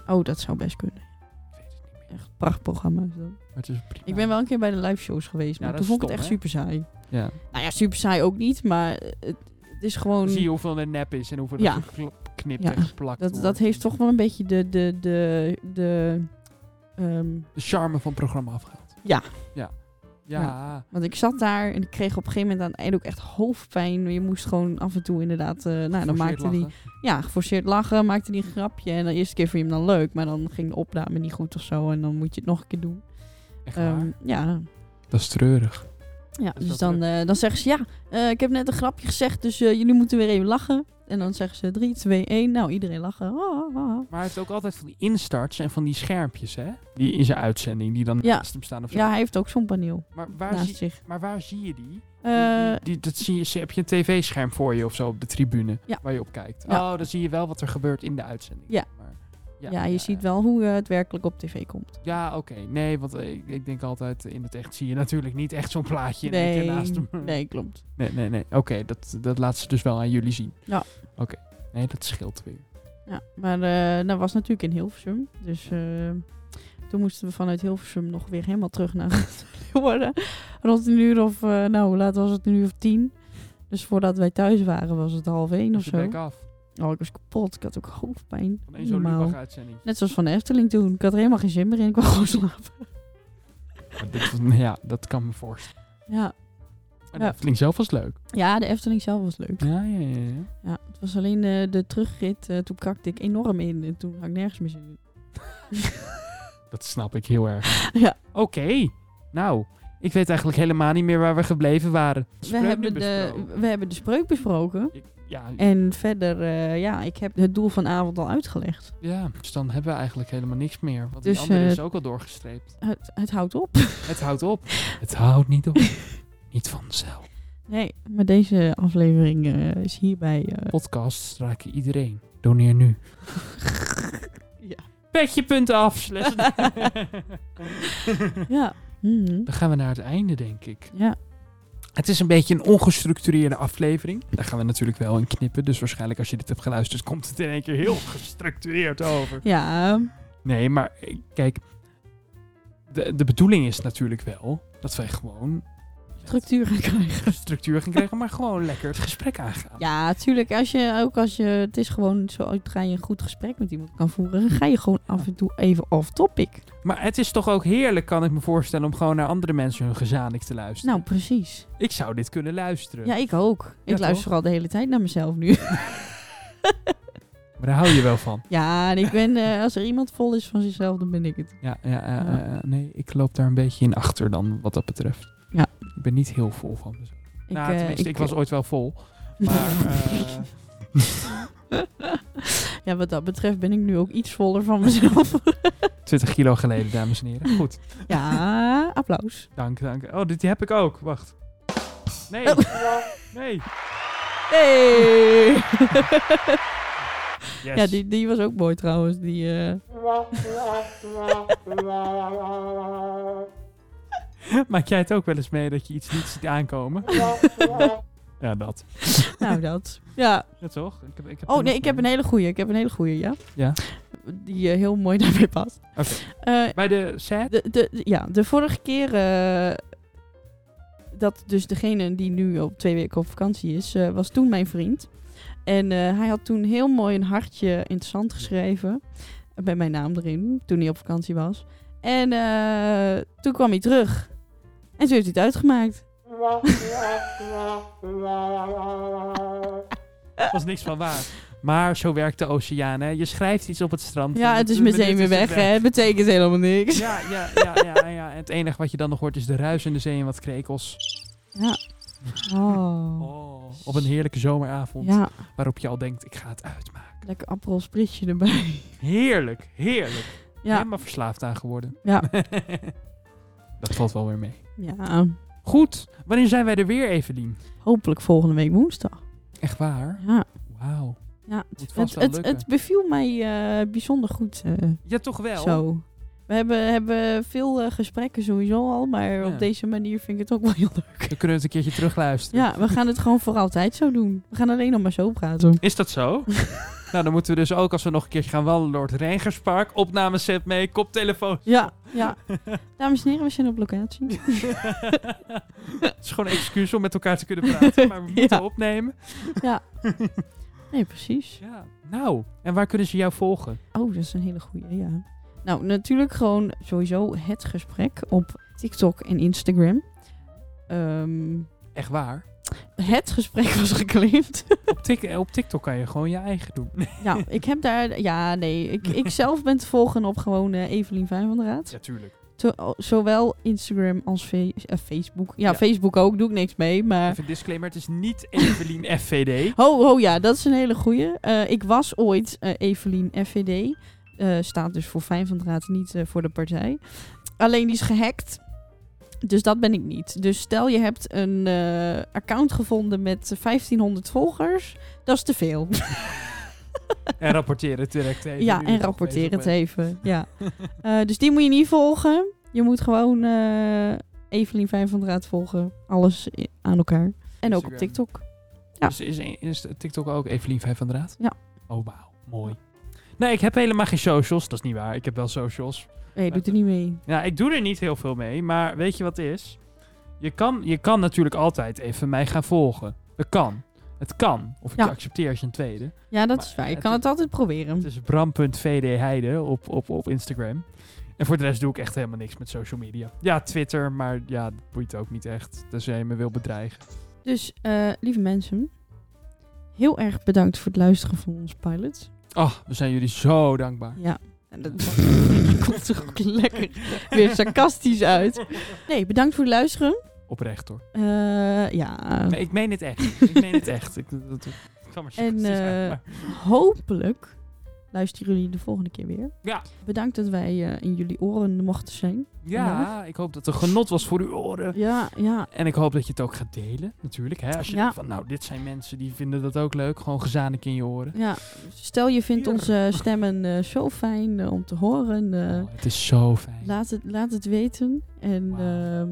Speaker 1: Oh, dat zou best kunnen.
Speaker 2: Ik weet het niet meer.
Speaker 1: Echt prachtprogramma. is dat.
Speaker 2: Maar het is prima.
Speaker 1: Ik ben wel een keer bij de live shows geweest, maar
Speaker 2: Ja, dat
Speaker 1: toen
Speaker 2: is
Speaker 1: vond ik het echt
Speaker 2: stom,
Speaker 1: super saai.
Speaker 2: Ja.
Speaker 1: Nou ja, super saai ook niet, maar eh, het, het is gewoon...
Speaker 2: Dan zie je hoeveel er nep is en hoeveel
Speaker 1: Ja.
Speaker 2: er geknipt
Speaker 1: Ja.
Speaker 2: en geplakt
Speaker 1: Dat,
Speaker 2: wordt.
Speaker 1: dat heeft toch wel een beetje de. de, de, de ehm,
Speaker 2: De charme van het programma afgehaald.
Speaker 1: Ja.
Speaker 2: Ja. Ja.
Speaker 1: want ik zat daar en ik kreeg op een gegeven moment aan het einde ook echt hoofdpijn. Je moest gewoon af en toe inderdaad. eh, nou, dan
Speaker 2: Geforceerd
Speaker 1: maakte die.
Speaker 2: lachen.
Speaker 1: Ja, geforceerd lachen, maakte die een grapje. En de eerste keer vond je hem dan leuk, maar dan ging de opname niet goed of zo. En dan moet je het nog een keer doen.
Speaker 2: Echt
Speaker 1: Ehm,
Speaker 2: waar.
Speaker 1: ja,
Speaker 2: Dat is treurig.
Speaker 1: ja
Speaker 2: is
Speaker 1: dus
Speaker 2: wel
Speaker 1: dan, eh, dan zeggen ze ja, eh, ik heb net een grapje gezegd, dus eh, jullie moeten weer even lachen. En dan zeggen ze 3, 2, 1. Nou, iedereen lachen. Ah, ah, ah.
Speaker 2: Maar hij heeft ook altijd van die instarts en van die schermpjes, hè? Die in zijn uitzending, die dan
Speaker 1: Ja.
Speaker 2: naast hem staan of zo.
Speaker 1: Ja, hij heeft ook zo'n paneel
Speaker 2: Maar, waar
Speaker 1: naast
Speaker 2: zie,
Speaker 1: zich.
Speaker 2: maar waar zie je die? Die-
Speaker 1: Eh,
Speaker 2: die- die- dat zie je, ze- heb je een tv-scherm voor je of zo op de tribune
Speaker 1: Ja.
Speaker 2: waar je op kijkt.
Speaker 1: Ja.
Speaker 2: Oh, dan zie je wel wat er gebeurt in de uitzending.
Speaker 1: Ja.
Speaker 2: Maar,
Speaker 1: Ja, je ziet wel hoe eh, het werkelijk op tv komt.
Speaker 2: Ja, oké. Nee, want eh, ik, ik denk altijd in het echt zie je natuurlijk niet echt zo'n plaatje in één
Speaker 1: nee,
Speaker 2: keer naast hem.
Speaker 1: nee, klopt.
Speaker 2: Nee, nee, nee. Oké, dat, dat laat ze dus wel aan jullie zien.
Speaker 1: Ja.
Speaker 2: Oké. Nee, dat scheelt weer.
Speaker 1: Ja, maar eh dat was natuurlijk in Hilversum. Dus eh, toen moesten we vanuit Hilversum nog weer helemaal terug naar Leeuwarden. Rond een uur of, eh, nou, hoe laat was het? Een uur of tien. Dus voordat wij thuis waren was het half één of
Speaker 2: Dus je
Speaker 1: zo.
Speaker 2: bek af
Speaker 1: Oh, ik was kapot. Ik had ook hoofdpijn.
Speaker 2: van één
Speaker 1: Niet
Speaker 2: zo'n
Speaker 1: normaal.
Speaker 2: lubach uitzending.
Speaker 1: Net zoals van de Efteling toen. Ik had er helemaal geen zin meer in. Ik wou gewoon slapen.
Speaker 2: Maar Oh, dit- ja, dat kan me voorstellen.
Speaker 1: Ja.
Speaker 2: Maar
Speaker 1: Ja.
Speaker 2: dat klinkt zelf was leuk.
Speaker 1: ja, de Efteling zelf was leuk.
Speaker 2: Ja, ja, ja. ja.
Speaker 1: Ja, het was alleen eh, de terugrit. eh, toen kakte ik enorm in. En toen had ik nergens meer zin in.
Speaker 2: Dat snap ik heel erg.
Speaker 1: Ja.
Speaker 2: Oké. Nou, ik weet eigenlijk helemaal niet meer waar we gebleven waren.
Speaker 1: We
Speaker 2: Spreuk nu
Speaker 1: hebben, de,
Speaker 2: besproken.
Speaker 1: we hebben de spreuk besproken.
Speaker 2: Ik- ja,
Speaker 1: En verder, eh, ja, ik heb het doel vanavond al uitgelegd.
Speaker 2: ja, dus dan hebben we eigenlijk helemaal niks meer. Want
Speaker 1: Dus,
Speaker 2: die andere
Speaker 1: eh,
Speaker 2: is ook al doorgestreept.
Speaker 1: Het, het houdt op.
Speaker 2: Het houdt op. Het houdt niet op. niet vanzelf.
Speaker 1: Nee, maar deze aflevering eh, is hierbij. eh,
Speaker 2: Podcasts raken iedereen. Doneer nu.
Speaker 1: Ja.
Speaker 2: Petje.af. slash-
Speaker 1: ja. Mhm.
Speaker 2: dan gaan we naar het einde, denk ik.
Speaker 1: Ja,
Speaker 2: Het is een beetje een ongestructureerde aflevering. Daar gaan we natuurlijk wel in knippen. Dus waarschijnlijk als je dit hebt geluisterd, komt het in één keer heel gestructureerd over.
Speaker 1: ja, ehm,
Speaker 2: Nee, maar eh, kijk. De, de bedoeling is natuurlijk wel dat wij gewoon
Speaker 1: structuur gaan krijgen.
Speaker 2: structuur gaan krijgen, maar gewoon lekker het gesprek aangaan.
Speaker 1: Ja, tuurlijk. Als je, ook als je, het is gewoon zodra je een goed gesprek met iemand kan voeren, ga je gewoon af en toe even off topic.
Speaker 2: Maar het is toch ook heerlijk, kan ik me voorstellen, om gewoon naar andere mensen hun gezanik te luisteren.
Speaker 1: Nou, precies.
Speaker 2: Ik zou dit kunnen luisteren.
Speaker 1: Ja, ik ook.
Speaker 2: Ja,
Speaker 1: Ik luister al de hele tijd naar mezelf nu.
Speaker 2: Maar daar hou je wel van.
Speaker 1: ja, en ik ben, eh, als er iemand vol is van zichzelf, dan ben ik het.
Speaker 2: Ja, ja, eh,
Speaker 1: Ja.
Speaker 2: eh, nee, ik loop daar een beetje in achter dan, wat dat betreft.
Speaker 1: Ja.
Speaker 2: Ik ben niet heel vol van mezelf.
Speaker 1: Ik,
Speaker 2: nou,
Speaker 1: eh,
Speaker 2: tenminste, ik, was ooit wel vol. Maar eh,
Speaker 1: Ja, wat dat betreft ben ik nu ook iets voller van mezelf.
Speaker 2: 20 kilo geleden, dames en heren. Goed,
Speaker 1: ja, applaus.
Speaker 2: dank, dank. Oh, dit heb ik ook. Wacht. Nee,
Speaker 1: Oh.
Speaker 2: nee.
Speaker 1: Hey!
Speaker 2: Yes.
Speaker 1: ja, die, die was ook mooi trouwens. Die, eh,
Speaker 2: Maak jij het ook wel eens mee dat je iets niet ziet aankomen? ja, dat.
Speaker 1: nou, dat. Ja.
Speaker 2: Ja, toch? Ik heb, ik heb
Speaker 1: Oh
Speaker 2: er
Speaker 1: nee,
Speaker 2: nog
Speaker 1: ik heb een hele goeie. Ik heb een hele goeie, ja.
Speaker 2: Ja.
Speaker 1: Die eh, heel mooi daarbij past.
Speaker 2: Oké.
Speaker 1: Eh,
Speaker 2: Bij de set?
Speaker 1: de, de, de- ja, de vorige keer eh, dat dus degene die nu op twee weken op vakantie is, eh, was toen mijn vriend. En eh, hij had toen heel mooi een hartje interessant geschreven. Bij mijn naam erin, toen hij op vakantie was. En eh, toen kwam hij terug. En toen heeft hij het uitgemaakt.
Speaker 2: was niks van waar. Maar zo werkt de oceaan, hè? Je schrijft iets op het strand.
Speaker 1: Ja,
Speaker 2: en
Speaker 1: het is
Speaker 2: natuurlijk
Speaker 1: meteen weer
Speaker 2: is het
Speaker 1: weg, hè. Het betekent helemaal niks.
Speaker 2: Ja, ja, ja, ja, ja. En het enige wat je dan nog hoort is de ruis in de zee en wat krekels.
Speaker 1: Oh.
Speaker 2: Oh, op een heerlijke zomeravond
Speaker 1: Ja,
Speaker 2: waarop je al denkt, ik ga het uitmaken.
Speaker 1: lekker appel spritje erbij.
Speaker 2: Heerlijk, heerlijk.
Speaker 1: Ja,
Speaker 2: Helemaal verslaafd aan geworden.
Speaker 1: Ja.
Speaker 2: Dat valt wel weer mee.
Speaker 1: ja.
Speaker 2: Goed, wanneer zijn wij er weer, Evelien?
Speaker 1: Hopelijk volgende week woensdag.
Speaker 2: Echt waar?
Speaker 1: Ja.
Speaker 2: Wauw.
Speaker 1: Ja,
Speaker 2: Moet
Speaker 1: het,
Speaker 2: vast
Speaker 1: het,
Speaker 2: wel
Speaker 1: het,
Speaker 2: lukken.
Speaker 1: het beviel mij eh, bijzonder goed eh,
Speaker 2: Ja, toch wel?
Speaker 1: zo. We hebben, hebben veel eh, gesprekken sowieso al, maar
Speaker 2: Ja.
Speaker 1: op deze manier vind ik het ook wel heel leuk.
Speaker 2: Dan kunnen we het een keertje terugluisteren.
Speaker 1: Ja, we gaan het gewoon voor altijd zo doen. We gaan alleen nog maar zo praten.
Speaker 2: Is dat zo? nou, dan moeten we dus ook als we nog een keertje gaan wandelen door het Rengerspark, opnameset mee, koptelefoon.
Speaker 1: Ja, ja. Dames en heren, we zijn op locatie.
Speaker 2: het is gewoon een excuus om met elkaar te kunnen praten, maar we moeten opnemen.
Speaker 1: Nee, precies.
Speaker 2: Ja. Nou, en waar kunnen ze jou volgen?
Speaker 1: Oh, dat is een hele goeie, ja. Nou, natuurlijk gewoon sowieso het gesprek op TikTok en Instagram. Ehm,
Speaker 2: Echt waar?
Speaker 1: het gesprek was geclaimd.
Speaker 2: Op, Tik- eh, op TikTok kan je gewoon je eigen doen.
Speaker 1: Nou, ik heb daar... Ja, nee. Ik, ik zelf ben te volgen op gewoon eh, Evelien Vijn van der Raad.
Speaker 2: Natuurlijk.
Speaker 1: Zo- o- zowel Instagram als fe- eh, Facebook. Ja,
Speaker 2: Ja.
Speaker 1: Facebook ook. Doe ik niks mee, maar...
Speaker 2: Even een disclaimer, het is niet Evelien FVD.
Speaker 1: Oh, oh ja, dat is een hele goeie. Eh, ik was ooit eh, Evelien FVD. Eh, staat dus voor Fijn van der Raad, niet eh, voor de partij. Alleen die is gehackt. Dus dat ben ik niet. Dus stel je hebt een eh, account gevonden met 1500 volgers. Dat is te veel.
Speaker 2: En rapporteer het direct even.
Speaker 1: Ja,
Speaker 2: nu je
Speaker 1: en
Speaker 2: toch
Speaker 1: rapporteer het
Speaker 2: bezig bent.
Speaker 1: even. Ja. Eh, dus die moet je niet volgen. Je moet gewoon eh, Evelien Vijn van der Raad volgen. Alles i- aan elkaar. En ook op
Speaker 2: Instagram.
Speaker 1: TikTok. Ja.
Speaker 2: Dus is, is TikTok ook Evelien Vijf van der Raad?
Speaker 1: Ja.
Speaker 2: Oh, wauw. Mooi. Nee, ik heb helemaal geen socials. Dat is niet waar. Ik heb wel socials.
Speaker 1: Nee, doet er niet mee.
Speaker 2: Ja, ik doe er niet heel veel mee. Maar weet je wat het is? Je kan, je kan natuurlijk altijd even mij gaan volgen. Dat kan. Het kan. Of ik
Speaker 1: Ja.
Speaker 2: accepteer als een tweede.
Speaker 1: Ja, dat
Speaker 2: Maar
Speaker 1: is waar. Je
Speaker 2: het
Speaker 1: kan
Speaker 2: is-
Speaker 1: het altijd proberen.
Speaker 2: Het is bram.vd heide op, op, op Instagram. En voor de rest doe ik echt helemaal niks met social media. Ja, Twitter, maar ja, dat boeit ook niet echt. Tenzij je me wil bedreigen.
Speaker 1: Dus, eh, lieve mensen. Heel erg bedankt voor het luisteren van ons pilot.
Speaker 2: Oh, we zijn jullie zo dankbaar.
Speaker 1: Ja. En dat komt er ook lekker weer sarcastisch uit. Nee, bedankt voor het luisteren.
Speaker 2: Oprecht hoor.
Speaker 1: Eh, ja.
Speaker 2: Nee, ik meen het echt. Ik meen het echt. Ik, dat, dat- ik kan maar
Speaker 1: En,
Speaker 2: sarcastisch zijn,
Speaker 1: eh,
Speaker 2: maar-
Speaker 1: Hopelijk luisteren jullie de volgende keer weer.
Speaker 2: Ja.
Speaker 1: Bedankt dat wij eh, in jullie oren mochten zijn.
Speaker 2: Ja, ik hoop dat het een genot was voor uw oren.
Speaker 1: Ja, ja.
Speaker 2: En ik hoop dat je het ook gaat delen, natuurlijk. Hè? Als je
Speaker 1: Ja.
Speaker 2: denkt van, nou, dit zijn mensen die vinden dat ook leuk. Gewoon gezanik in je oren.
Speaker 1: ja. Stel je vindt onze stemmen eh, zo fijn eh, om te horen. eh, nou.
Speaker 2: Oh, het is zo fijn.
Speaker 1: laat, het, laat het weten. En
Speaker 2: Wauw.
Speaker 1: ehm,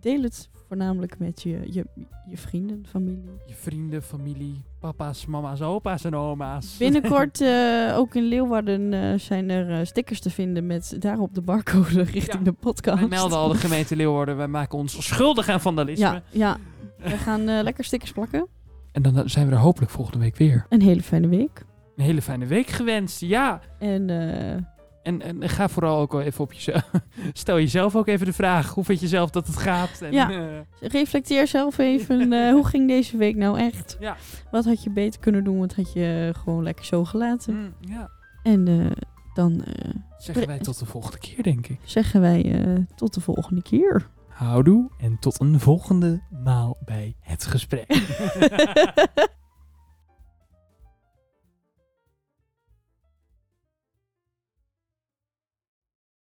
Speaker 1: deel het voornamelijk met je, je, je vrienden, familie.
Speaker 2: Je vrienden, familie, papa's, mama's, opa's en oma's.
Speaker 1: Binnenkort eh, ook in Leeuwarden eh, zijn er eh, stickers te vinden met daarop de barcode richting
Speaker 2: Ja.
Speaker 1: de podcast.
Speaker 2: Wij melden al de gemeente Leeuwarden. Wij maken ons schuldig aan vandalisme.
Speaker 1: Ja, ja. We gaan eh, lekker stickers plakken.
Speaker 2: En dan eh, zijn we er hopelijk volgende week weer.
Speaker 1: Een hele fijne week.
Speaker 2: Een hele fijne week gewenst. Ja.
Speaker 1: En eh,
Speaker 2: En, en ga vooral ook wel even op jezelf. Stel jezelf ook even de vraag. Hoe vind je zelf dat het gaat? En,
Speaker 1: Ja.
Speaker 2: eh,
Speaker 1: reflecteer zelf even. eh, hoe ging deze week nou echt?
Speaker 2: Ja.
Speaker 1: Wat had je beter kunnen doen? Wat had je eh, gewoon lekker zo gelaten?
Speaker 2: mm, ja.
Speaker 1: En eh, dan eh,
Speaker 2: Zeggen wij tot de volgende keer, denk ik.
Speaker 1: zeggen wij eh, tot de volgende keer.
Speaker 2: Houdoe en tot een volgende maal bij het gesprek.